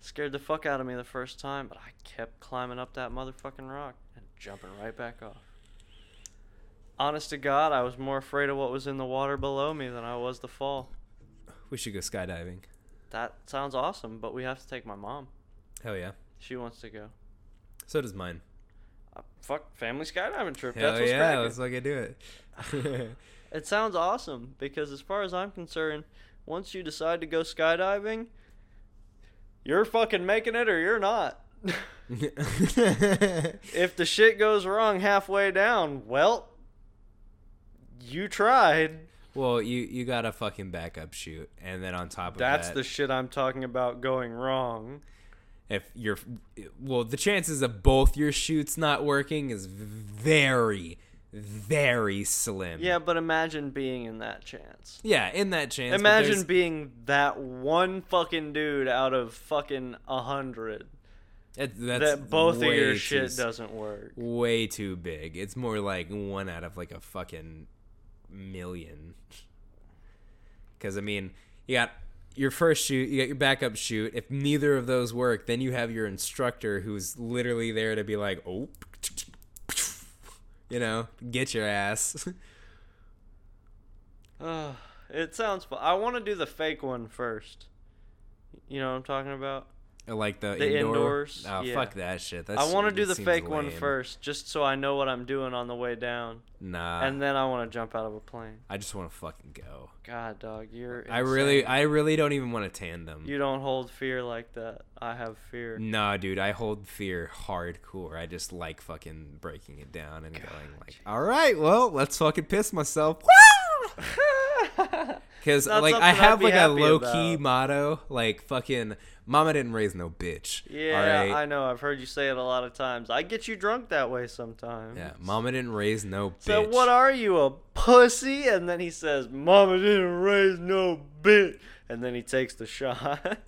Scared the fuck out of me the first time, but I kept climbing up that motherfucking rock and jumping right back off. Honest to God, I was more afraid of what was in the water below me than I was the fall. We should go skydiving. That sounds awesome, but we have to take my mom. Hell yeah. She wants to go. So does mine. Uh, fuck, family skydiving trip. Hell That's what's yeah, cracking. let's fucking do it. It sounds awesome because, as far as I'm concerned, once you decide to go skydiving, You're fucking making it or you're not. yeah. if the shit goes wrong halfway down, well, you tried. well, you you got a fucking backup shoot, and then on top of That's that, Mm-hmm. the shit I'm talking about going wrong. if you're well, the chances of both your shoots not working is very, very slim. Yeah, but imagine being in that chance. Yeah, in that chance. but Imagine there's- being that one fucking dude out of fucking a hundred that, that's that both of way your too shit s- doesn't work. way too big. It's more like one out of like a fucking million. Because I mean, you got your first shoot, you got your backup shoot. If neither of those work, then you have your instructor who's literally there to be like, oh, you know, get your ass. Ugh, it sounds fun. I want to do the fake one first. You know what I'm talking about? like the, The indoor- indoors, Oh, yeah. fuck that shit. That I want to shit do the seems fake one lame. first, just so I know what I'm doing on the way down, Nah, and then I want to jump out of a plane. I just want to fucking go. God, dog, you're. I really, insane. I really don't even want to tandem. You don't hold fear like that. I have fear. Nah, dude, I hold fear hardcore. I just like fucking breaking it down and going like, "All right, well, let's fucking piss myself." Because Not like something I I'd have be like a happy low key about. motto, like fucking "Mama didn't raise no bitch." yeah, all I know. I've heard you say it a lot of times. I get you drunk that way sometimes. yeah, Mama didn't raise no bitch. So what are you, a pussy? And then he says, "Mama didn't raise no bitch." And then he takes the shot.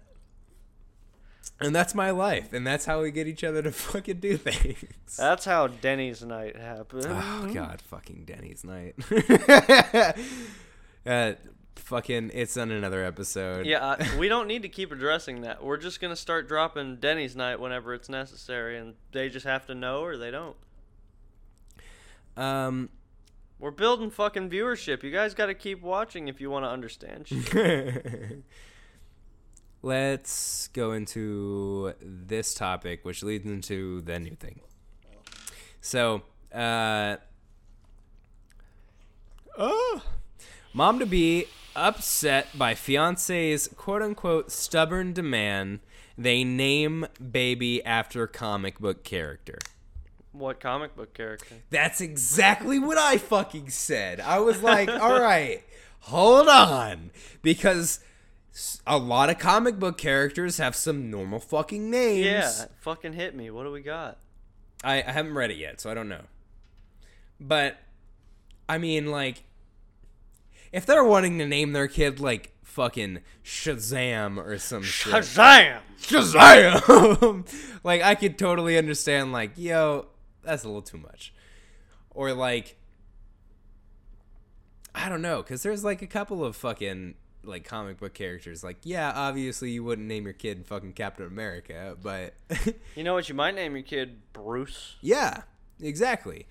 and that's my life, and that's how we get each other to fucking do things. That's how Denny's night happened. Oh God, fucking Denny's night. uh, fucking, it's on another episode. Yeah, I, we don't need to keep addressing that. We're just gonna start dropping Denny's night whenever it's necessary, and they just have to know or they don't. Um. We're building fucking viewership. You guys got to keep watching if you want to understand. shit. Let's go into this topic, which leads into the new thing. So, uh, oh, mom to be upset by fiance's quote unquote stubborn demand they name baby after comic book character. what comic book character? That's exactly what I fucking said. I was like, all right, hold on. Because s- a lot of comic book characters have some normal fucking names. Yeah, fucking hit me. What do we got? I, I haven't read it yet, so I don't know. But, I mean, like, if they're wanting to name their kid, like, fucking Shazam or some shit. Shazam! Shazam! like I could totally understand. Like, yo, that's a little too much. Or like, I don't know, because there's like a couple of fucking like comic book characters. Like, yeah, obviously you wouldn't name your kid fucking Captain America, but You know what? You might name your kid Bruce yeah, exactly.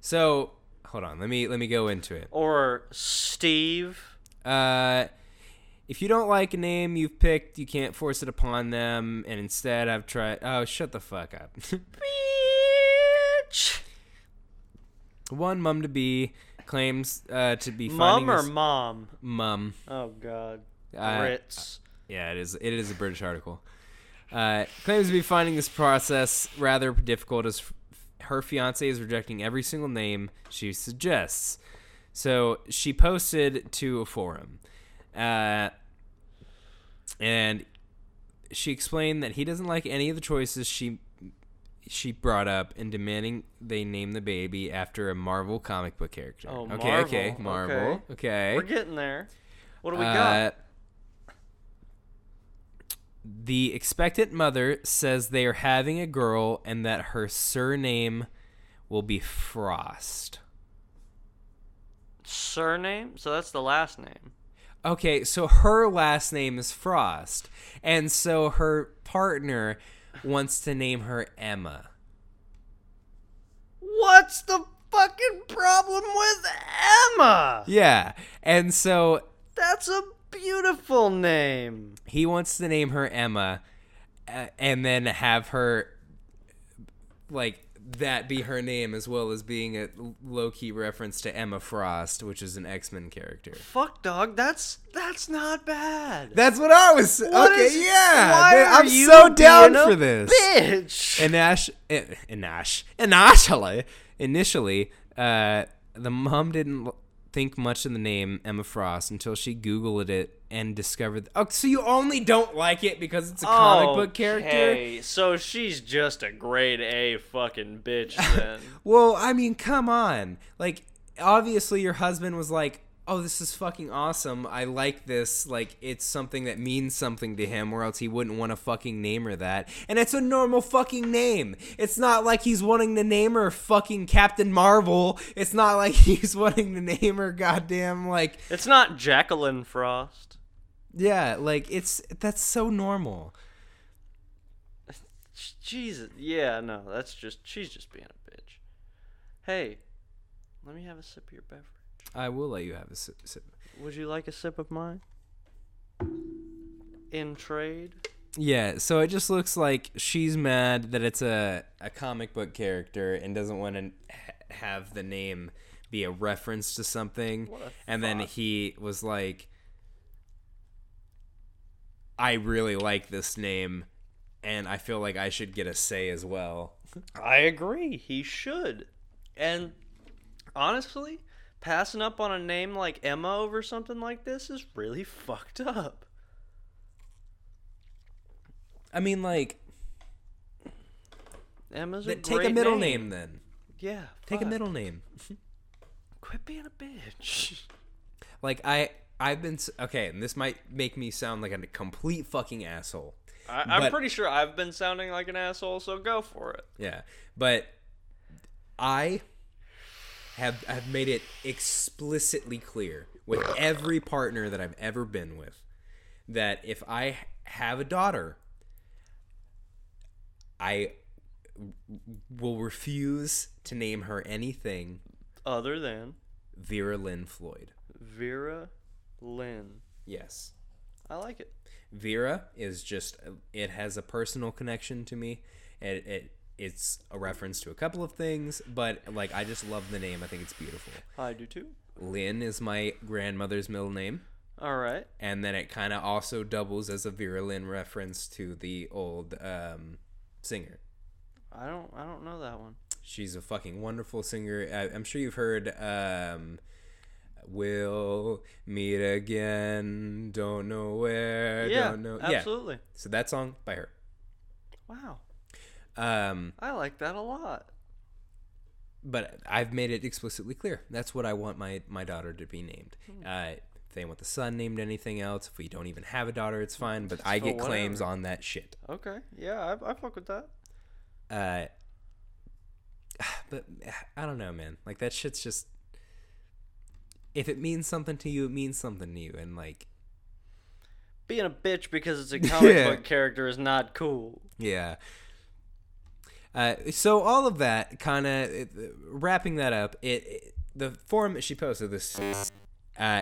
So hold on, let me let me go into it. or Steve. Uh, if you don't like a name you've picked, you can't force it upon them. And instead, I've tried. Oh, shut the fuck up. Bitch. One mum to be claims uh, to be finding Mum or this- mom? mum. Oh God. Uh, Brits. Yeah, it is. It is a British article. Uh, claims to be finding this process rather difficult as f- her fiance is rejecting every single name she suggests. So she posted to a forum, uh, and she explained that he doesn't like any of the choices she she brought up in demanding they name the baby after a Marvel comic book character. Oh, okay, okay, Marvel, Marvel. Okay, Uh, We're getting there. What do we got? the expectant mother says they are having a girl and that her surname will be Frost. Surname? So that's the last name. Okay, so her last name is Frost, and so her partner wants to name her Emma. What's the fucking problem with Emma? Yeah, and so That's a beautiful name. he wants to name her Emma, uh, and then have her like that be her name as well as being a low key reference to Emma Frost, which is an X Men character. Fuck, dog. That's that's not bad. That's what I was. What okay, is- yeah. why There- are I'm you so down being a for this. Bitch. Inash, in- Inash, initially, initially, uh, the mom didn't l- think much of the name Emma Frost until she Googled it and discovered. Oh, so you only don't like it because it's a comic book character? Okay, Oh, So she's just a grade A fucking bitch then. Well, I mean, come on. Like, obviously, your husband was like, "Oh, this is fucking awesome. I like this. Like, it's something that means something to him, or else he wouldn't want to fucking name her that." And it's a normal fucking name. It's not like he's wanting to name her fucking Captain Marvel. It's not like he's wanting to name her goddamn like it's not Jacqueline Frost. yeah, like it's that's so normal. Jesus. Yeah, no, that's just she's just being a bitch. Hey, let me have a sip of your beverage. I will let you have a sip. sip. Would you like a sip of mine? In trade? Yeah, so it just looks like she's mad that it's a, a comic book character and doesn't want to have the name be a reference to something. And then he was like, I really like this name and I feel like I should get a say as well. I agree. He should. And honestly, passing up on a name like Emma over something like this is really fucked up. I mean, like, Emma's a th- take a great middle name, then. Yeah. Take a fuck. middle name. Quit being a bitch. Like, I. I've been s- okay, and this might make me sound like a complete fucking asshole. I, I'm But- pretty sure I've been sounding like an asshole, so go for it. Yeah, but I have have made it explicitly clear with every partner that I've ever been with that if I have a daughter, I will refuse to name her anything Other than Vera Lynn Floyd. Vera Lynn. Yes. I like it. Vera is just it has a personal connection to me. It it it's a reference to a couple of things, but like I just love the name. I think it's beautiful. I do too. Lynn is my grandmother's middle name, All right. and then it kind of also doubles as a Vera Lynn reference to the old um, singer. I don't. I don't know that one. She's a fucking wonderful singer. I, I'm sure you've heard. Um, We'll meet again. Don't know where. yeah. don't know. Absolutely. Yeah. So that song by her. Wow. Um, I like that a lot. but I've made it explicitly clear. That's what I want my my daughter to be named. Hmm. Uh, if they want the son named anything else, if we don't even have a daughter, it's fine. But I for get claims whatever. on that shit. Okay. Yeah. I, I fuck with that. Uh, but I don't know, man. Like that shit's just. If it means something to you, it means something to you, and like, Being a bitch because it's a comic Yeah. book character is not cool. yeah. Uh, so all of that kind of wrapping that up. It, it the form that she posted this. Uh,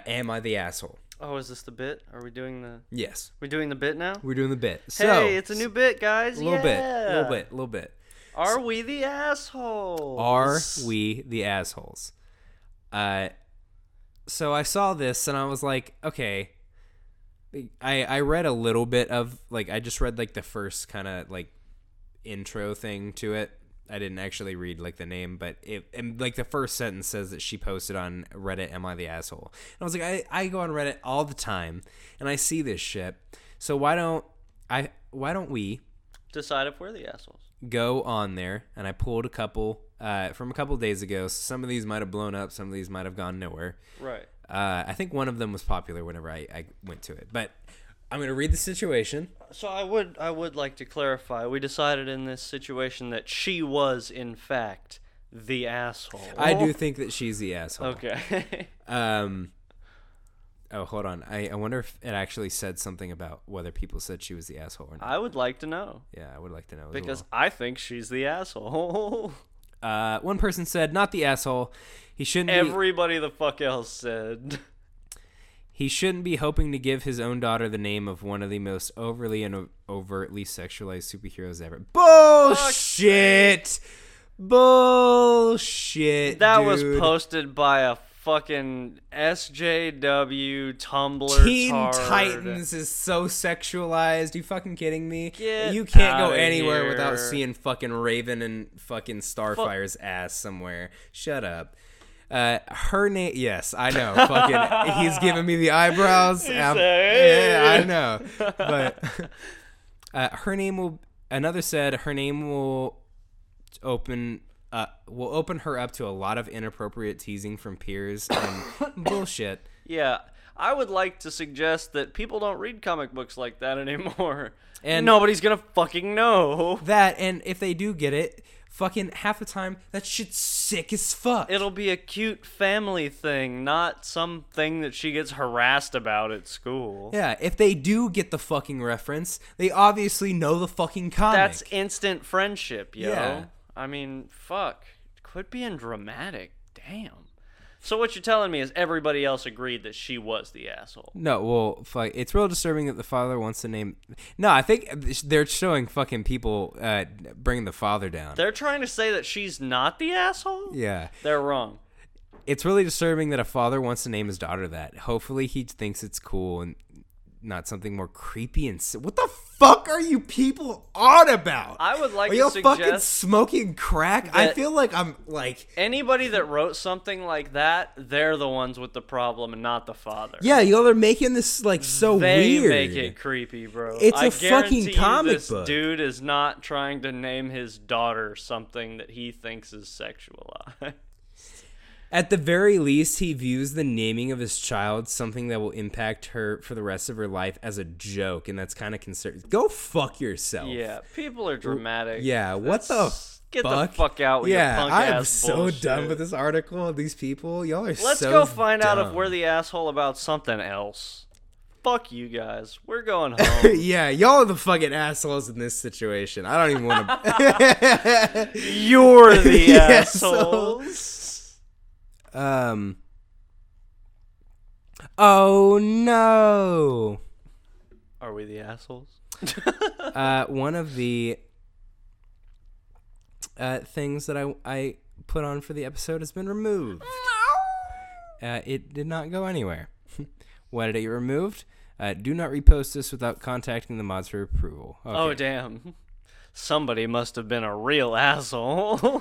am I the asshole? Oh, is this the bit? Are we doing the? Yes. We doing the bit now? We're doing the bit. So, hey, it's a new bit, guys. little bit, Yeah. little bit, little bit. Are we the assholes? Are we the assholes? Uh, so I saw this and I was like, okay. I I read a little bit of like I just read like the first kind of like intro thing to it. I didn't actually read like the name, but it and like the first sentence says that she posted on Reddit, "Am I the asshole?" And I was like, I, I go on Reddit all the time and I see this shit. So why don't I? Why don't we? decide if we're the assholes? go on there and I pulled a couple uh, from a couple days ago. So some of these might have blown up, some of these might have gone nowhere. Right. Uh, I think one of them was popular whenever I, I went to it. But I'm going to read the situation. So I would I would like to clarify. We decided in this situation that she was in fact the asshole. I do think that she's the asshole. Oh. Okay. Um, oh, hold on. I, I wonder if it actually said something about whether people said she was the asshole or not. I would like to know yeah, I would like to know. as because well. I think she's the asshole. uh, one person said, not the asshole. He shouldn't be- Everybody the fuck else said. He shouldn't be hoping to give his own daughter the name of one of the most overly and o- overtly sexualized superheroes ever. Bullshit! Bullshit. That was dude. posted by a fucking SJW Tumblr. Teen tard. Titans is so sexualized. You fucking kidding me? Get you can't go outta anywhere here. without seeing fucking Raven and fucking Starfire's ass somewhere. Shut up. Uh, her name, yes, I know. Fucking, he's giving me the eyebrows. I'm- "Hey." Yeah, I know. But uh, her name will. Another said her name will open uh, will open her up to a lot of inappropriate teasing from peers and bullshit. Yeah, I would like to suggest that people don't read comic books like that anymore. And And- nobody's gonna fucking know. That and if they do get it, fucking half the time that shit's sick as fuck. It'll be a cute family thing, not something that she gets harassed about at school. yeah, if they do get the fucking reference, they obviously know the fucking comic. That's instant friendship, yo. Yeah. I mean, fuck. Quit being dramatic. Damn. So what you're telling me is everybody else agreed that she was the asshole. no, well, fuck. It's real disturbing that the father wants to name. No, I think they're showing fucking people uh, bringing the father down. They're trying to say that she's not the asshole? yeah, They're wrong. it's really disturbing that a father wants to name his daughter that. Hopefully, he thinks it's cool and not something more creepy and. Si- what the fuck are you people on about? I would like Are to y'all fucking suggest smoking crack? I that- feel like I'm like. Anybody that wrote something like that, they're the ones with the problem and not the father. Yeah, y'all are making this like so They weird. make it creepy, bro. It's I a fucking guarantee comic this book. Dude is not trying to name his daughter something that he thinks is Oh, sexualized. At the very least, he views the naming of his child something that will impact her for the rest of her life as a joke, and that's kind of concerning. Go fuck yourself. yeah, people are dramatic. Yeah, what the That's- Get the fuck out with yeah, your punk I am ass so bullshit. done with this article. These people, y'all are Let's so go find out if dumb. we're the asshole about something else. Fuck you guys. We're going home. yeah, y'all are the fucking assholes in this situation. I don't even want to. You're the Yeah, so- assholes. um. Oh no. Are we the assholes? uh, one of the uh, things that I, I put on for the episode has been removed. Uh, it did not go anywhere. Why did it get removed? Uh, do not repost this without contacting the mods for approval. Oh Okay. damn. Somebody must have been a real asshole.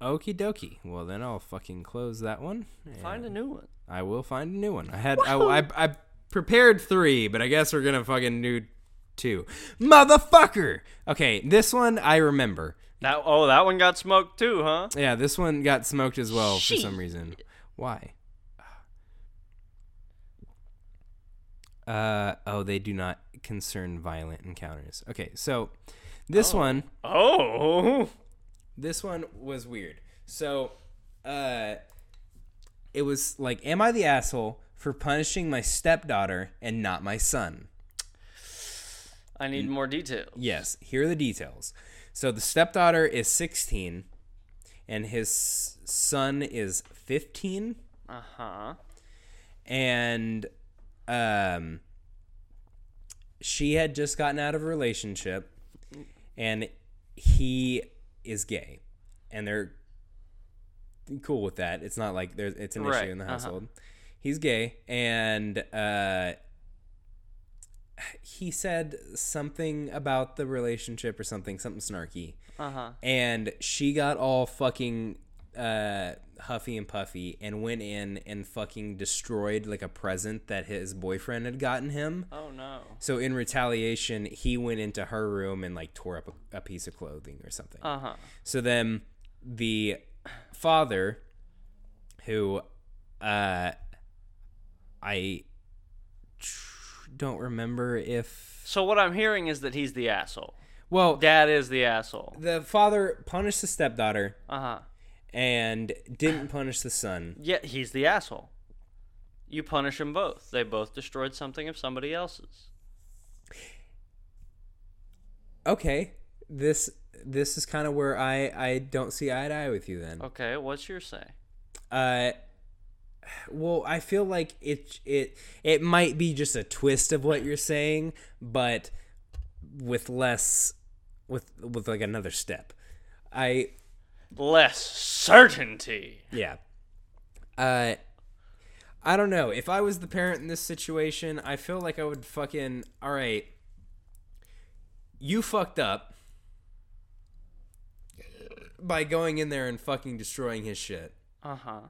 Okie dokie. Well, then I'll fucking close that one. Find a new one. I will find a new one. I had I, I, I prepared three, but I guess we're gonna fucking do two. Motherfucker. Okay, this one I remember. That oh, that one got smoked too, huh? Yeah, this one got smoked as well for Shit. some reason. Why? Uh oh, they do not concern violent encounters. Okay, so this one Oh. this one was weird. So uh it was like am I the asshole for punishing my stepdaughter and not my son? I need more detail. Yes, here are the details. So the stepdaughter is 16 and his son is 15. Uh-huh. and um she had just gotten out of a relationship and he is gay and they're cool with that it's not like there's it's an Right, issue in the uh-huh. household he's gay and uh he said something about the relationship or something something snarky Uh-huh. and she got all fucking uh huffy and puffy and went in and fucking destroyed like a present that his boyfriend had gotten him Oh no. so in retaliation he went into her room and like tore up a, a piece of clothing or something Uh-huh. so then the father, who uh, I tr- don't remember if. So what I'm hearing is that he's the asshole. Well, Dad is the asshole. the father punished the stepdaughter Uh-huh. and didn't punish the son. Yeah, he's the asshole. You punish them both. They both destroyed something of somebody else's. Okay, this this is kind of where I I don't see eye to eye with you then. Okay, what's your say? Uh, well, I feel like it it it might be just a twist of what you're saying, but with less with with like another step. I less certainty. Yeah. Uh, I don't know. If I was the parent in this situation, I feel like I would fucking. All right. You fucked up by going in there and fucking destroying his shit. Uh huh.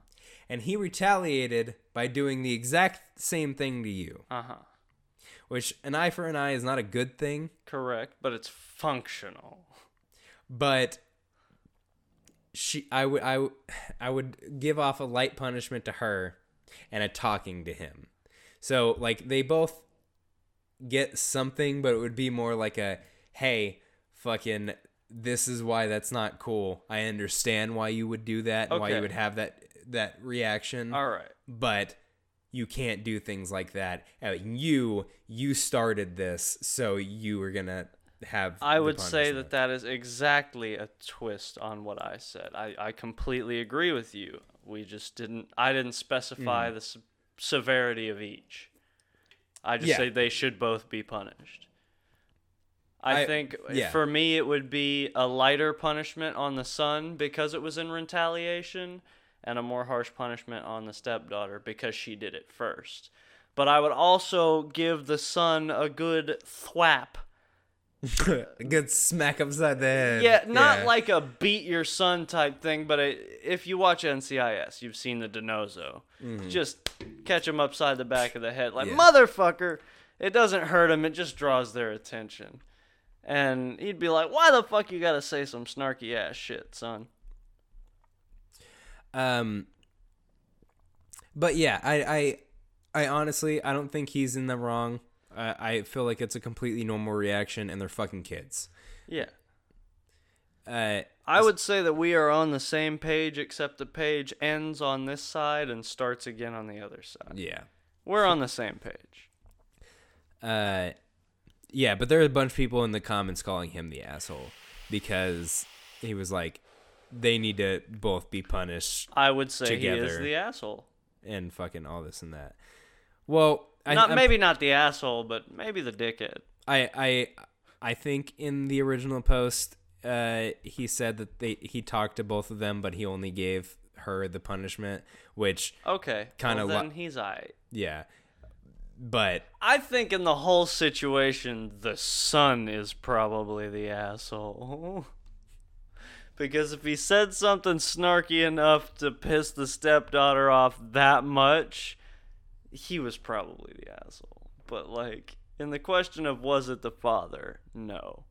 And he retaliated by doing the exact same thing to you, Uh huh. which an eye for an eye is not a good thing, Correct, but it's functional. but she I would I, w- I would give off a light punishment to her and a talking to him. So like they both get something but it would be more like a hey fucking this is why that's not cool. I understand why you would do that and why Okay. you would have that that reaction All right. but you can't do things like that. Uh, You you started this, so you were gonna have. I the would say punishment. that that is exactly a twist on what I said. I, I completely agree with you. We just didn't, I didn't specify Mm. the se- severity of each. I just Yeah. say they should both be punished. I, I- think yeah. for me, it would be a lighter punishment on the son because it was in retaliation and a more harsh punishment on the stepdaughter because she did it first. But I would also give the son a good thwap a good smack upside the head. yeah, not like a beat your son type thing, but it, if you watch NCIS, you've seen the Denozo. Just catch him upside the back of the head, like Mm-hmm. Yeah. motherfucker. It doesn't hurt him; it just draws their attention, and he'd be like, "Why the fuck you gotta say some snarky ass shit, son?" Um. But yeah, I I I honestly I don't think he's in the wrong. Uh, I feel like it's a completely normal reaction, and they're fucking kids. Yeah, Uh, I would say that we are on the same page, except the page ends on this side and starts again on the other side. yeah. We're on the same page. Uh, yeah, but there are a bunch of people in the comments calling him the asshole because he was like, they need to both be punished I would say he is Together. the asshole. and fucking all this and that. Well, I, not I'm- maybe not the asshole, but maybe the dickhead. I, I, I think in the original post, uh, he said that they he talked to both of them, but he only gave her the punishment, which Okay, Kinda well, li- then he's I. yeah, but I think in the whole situation, the son is probably the asshole. because if he said something snarky enough to piss the stepdaughter off that much, he was probably the asshole. But like in the question of was it the father? No.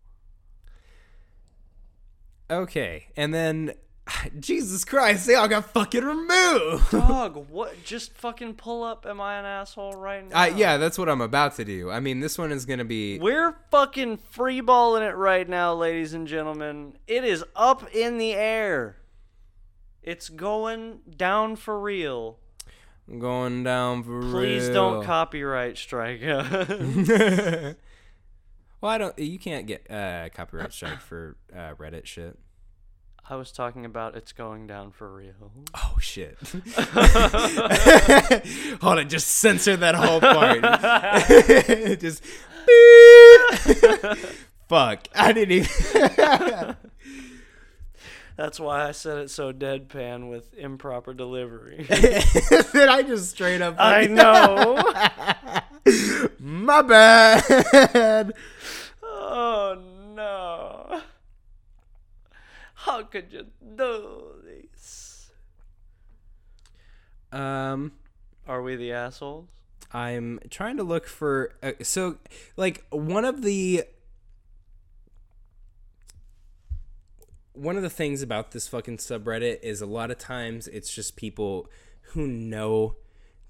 okay, and then. Jesus Christ, they all got fucking removed. Dog, what? Just fucking pull up. Am I an asshole right now? I, yeah, that's what I'm about to do. I mean, this one is gonna be We're fucking freeballing it right now, ladies and gentlemen. It is up in the air. It's going down for real. going down for Please real. don't copyright strike us. well, I don't. You can't get uh, copyright strike for uh, Reddit shit. I was talking about it's going down for real. Oh shit! Hold on, just censor that whole part. just beep. fuck. I didn't even. That's why I said it so deadpan with improper delivery. then I just straight up. I know. My bad. Oh no. How could you do this? Um. Are we the assholes? I'm trying to look for uh, so like one of the one of the things about this fucking subreddit is a lot of times it's just people who know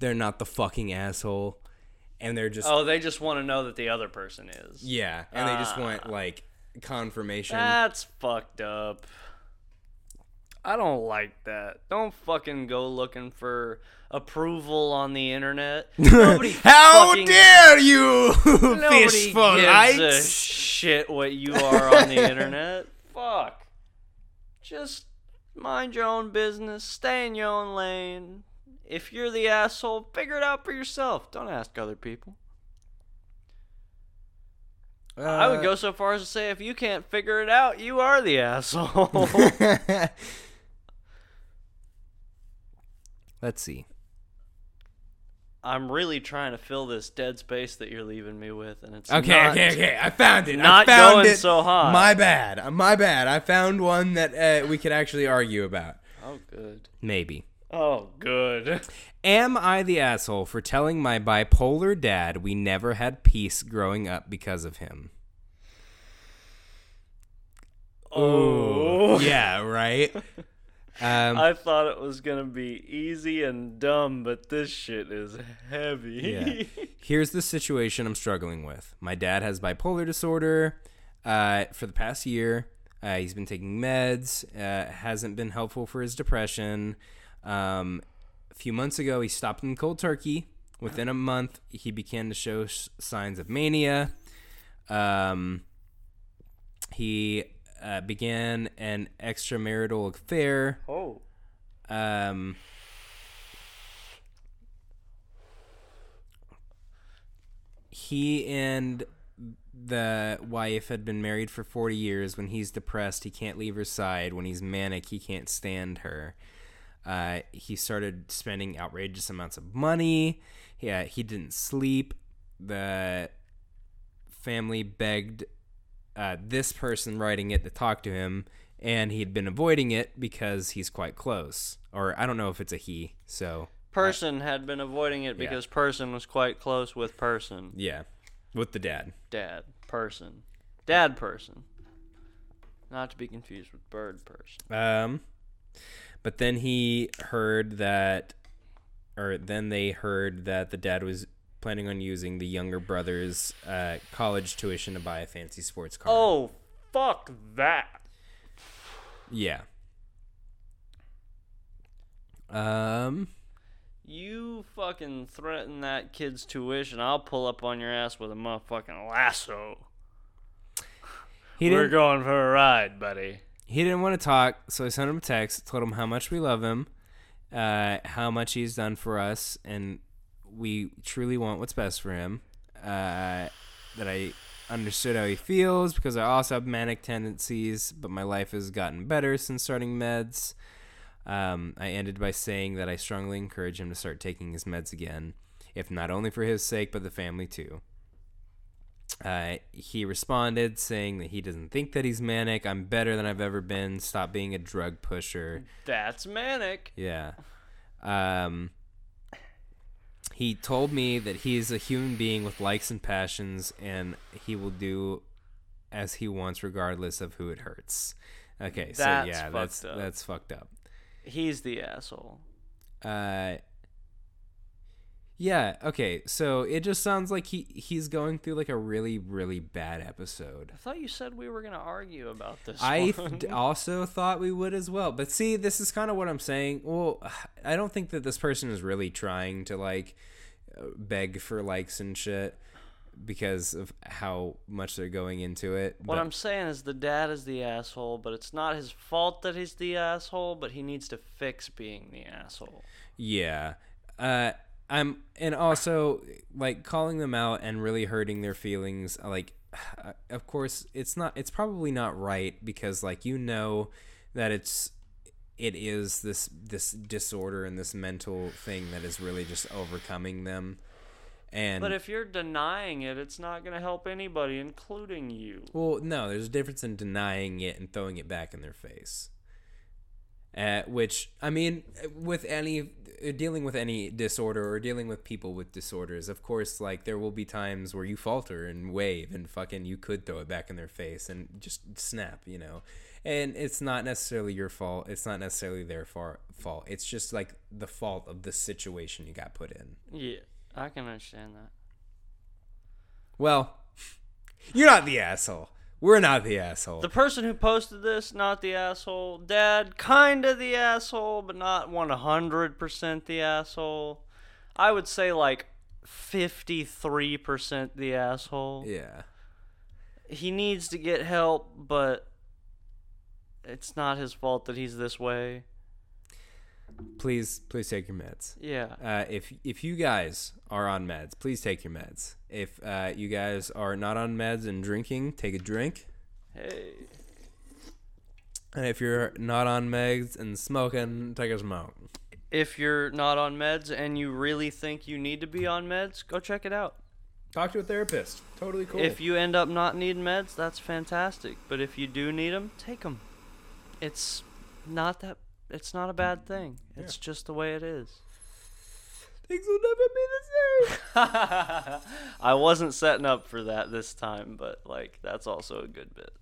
they're not the fucking asshole and they're just Oh, they just want to know that the other person is. yeah and they just Ah. want like confirmation That's fucked up. I don't like that. Don't fucking go looking for approval on the internet. Nobody how fucking- dare you nobody fish for gives a lights shit what you are on the internet. Fuck. Just mind your own business. Stay in your own lane. If you're the asshole, figure it out for yourself. Don't ask other people. I Uh, would go so far as to say if you can't figure it out, you are the asshole. go Let's see. I'm really trying to fill this dead space that you're leaving me with, and it's Okay, not- okay, okay. I found it. not I found going it. so hot. My bad. Uh, My bad. I found one that uh, we could actually argue about. Oh, good. Maybe. Oh, good. Am I the asshole for telling my bipolar dad we never had peace growing up because of him? Oh, Yeah, right? Um, I thought it was gonna be easy and dumb, but this shit is heavy. Yeah. Here's the situation I'm struggling with. My dad has bipolar disorder. Uh, for the past year, uh, he's been taking meds. Uh, hasn't been helpful for his depression. Um, a few months ago, he stopped in cold turkey. Within a month, he began to show s- signs of mania. Um, he uh, began an extramarital affair. oh, Um, he and the wife had been married for 40 years. When he's depressed, he can't leave her side. When he's manic, he can't stand her. Uh, he started spending outrageous amounts of money. Yeah, he didn't sleep. The family begged uh, this person writing it to talk to him, and he'd been avoiding it because he's quite close. Or I don't know if it's a he. So person had been avoiding it because person was quite close with person. yeah, with the dad. Dad, person, dad, person. Not to be confused with bird person. Um, but then he heard that, or then they heard that the dad was planning on using the younger brother's uh, college tuition to buy a fancy sports car. Oh, Fuck that. yeah. Um. you fucking threaten that kid's tuition, I'll pull up on your ass with a motherfucking lasso. He didn't, going for a ride, buddy. he didn't want to talk, so I sent him a text, told him how much we love him, uh, how much he's done for us, and we truly want what's best for him. Uh, that I understood how he feels because I also have manic tendencies, but my life has gotten better since starting meds. Um, I ended by saying that I strongly encourage him to start taking his meds again, if not only for his sake, but the family too. Uh, he responded saying that he doesn't think that he's manic. I'm better than I've ever been. Stop being a drug pusher. That's manic. Yeah. Um, he told me that he is a human being with likes and passions, and he will do as he wants, regardless of who it hurts. Okay, so That's yeah, fucked that's up. that's fucked up. He's the asshole. Uh, yeah. Okay. So it just sounds like he he's going through like a really really bad episode. I thought you said we were gonna argue about this. I one. th- also thought we would as well. But see, this is kind of what I'm saying. Well, I don't think that this person is really trying to like uh, beg for likes and shit because of how much they're going into it. what but I'm saying is the dad is the asshole, but it's not his fault that he's the asshole. But he needs to fix being the asshole. yeah. Uh I'm and also like calling them out and really hurting their feelings uh, like of course it's not it's probably not right because like you know that it's it is this this disorder and this mental thing that is really just overcoming them and But if you're denying it, it's not gonna help anybody, including you. well no there's a difference in denying it and throwing it back in their face uh, which i mean with any uh, dealing with any disorder or dealing with people with disorders of course like there will be times where you falter and wave and fucking you could throw it back in their face and just snap you know and it's not necessarily your fault it's not necessarily their far- fault it's just like the fault of the situation you got put in Yeah, I can understand that. well you're not the asshole we're not the asshole The person who posted this, not the asshole. Dad, kinda the asshole, but not 100% the asshole. I would say like 53% the asshole. yeah He needs to get help, but it's not his fault that he's this way. please please take your meds Yeah. uh, if if you guys are on meds please take your meds if uh, you guys are not on meds and drinking take a drink Hey. and if you're not on meds and smoking take a smoke if you're not on meds and you really think you need to be on meds, go check it out. Talk to a therapist. Totally cool. If you end up not needing meds, that's fantastic. But if you do need them, take them. It's not that. It's not a bad thing. It's just the way it is. Things will never be the same. I wasn't setting up for that this time, but like that's also a good bit.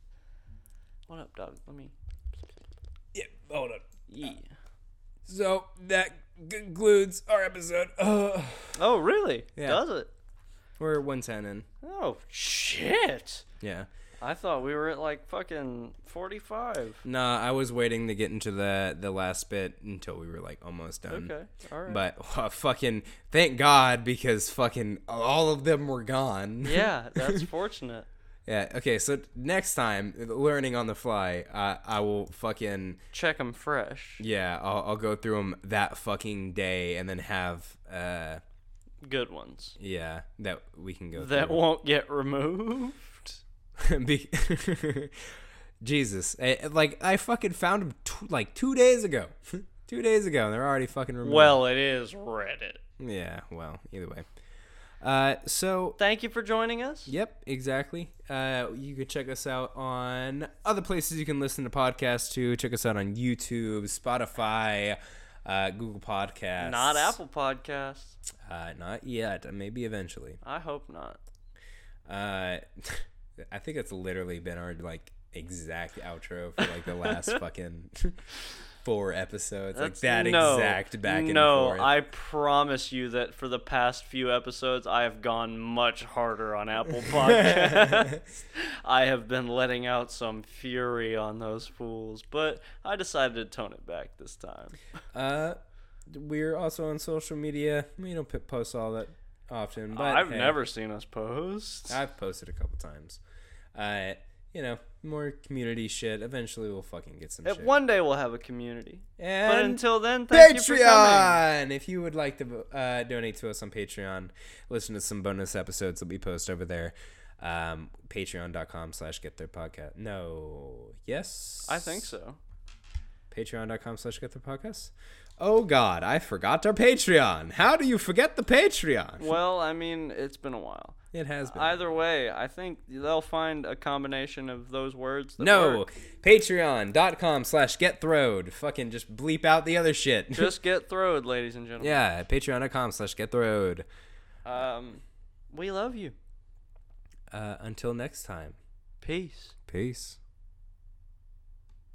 What up, dog? Let me. yeah, hold on. Yeah. Uh, So that concludes our episode. Ugh. Oh, really? Yeah. Does it? We're 110 in. Oh shit! Yeah. I thought we were at like fucking forty-five. Nah, I was waiting to get into the the last bit until we were like almost done. Okay, all right. But fucking thank God because fucking all of them were gone. yeah, that's fortunate. Yeah. Okay. So next time, learning on the fly, uh, I will fucking Check them fresh. yeah. I'll, I'll go through them that fucking day and then have uh Good ones yeah that we can go that won't get removed. through. Be- Jesus, I, like I fucking found them t- like two days ago. two days ago, and they're already fucking removed. Well, it is Reddit. Yeah, well, either way. Uh, so, Thank you for joining us. yep, exactly. Uh, you can check us out on other places you can listen to podcasts to. Check us out on YouTube, Spotify, uh, Google Podcasts. Not Apple Podcasts. Uh, not yet. Maybe eventually. I hope not. Uh, I think it's literally been our like exact outro for like the last fucking four episodes. That's- like that no, exact back and no, forth. I promise you that for the past few episodes, I have gone much harder on Apple Podcasts. I have been letting out some fury on those fools, but I decided to tone it back this time. Uh, we're also on social media. We don't p- post all that often, but I've hey, Ah, never seen us post. I've posted a couple times. Uh, you know, more community shit. Eventually, we'll fucking get some Uh, shit. One day we'll have a community. and But until then, thank you for coming. Patreon. If you would like to uh, donate to us on Patreon, listen to some bonus episodes that we post over there. Um, patreon.com slash get their podcast. No. Yes. I think so. patreon.com slash get their podcast oh god i forgot our patreon how do you forget the patreon Well, I mean, it's been a while. it has been Either way, I think they'll find a combination of those words. That no work. patreon.com slash get throwed fucking just bleep out the other shit just get throwed, ladies and gentlemen. yeah patreon.com slash get throwed Um, we love you. uh, until next time Peace. peace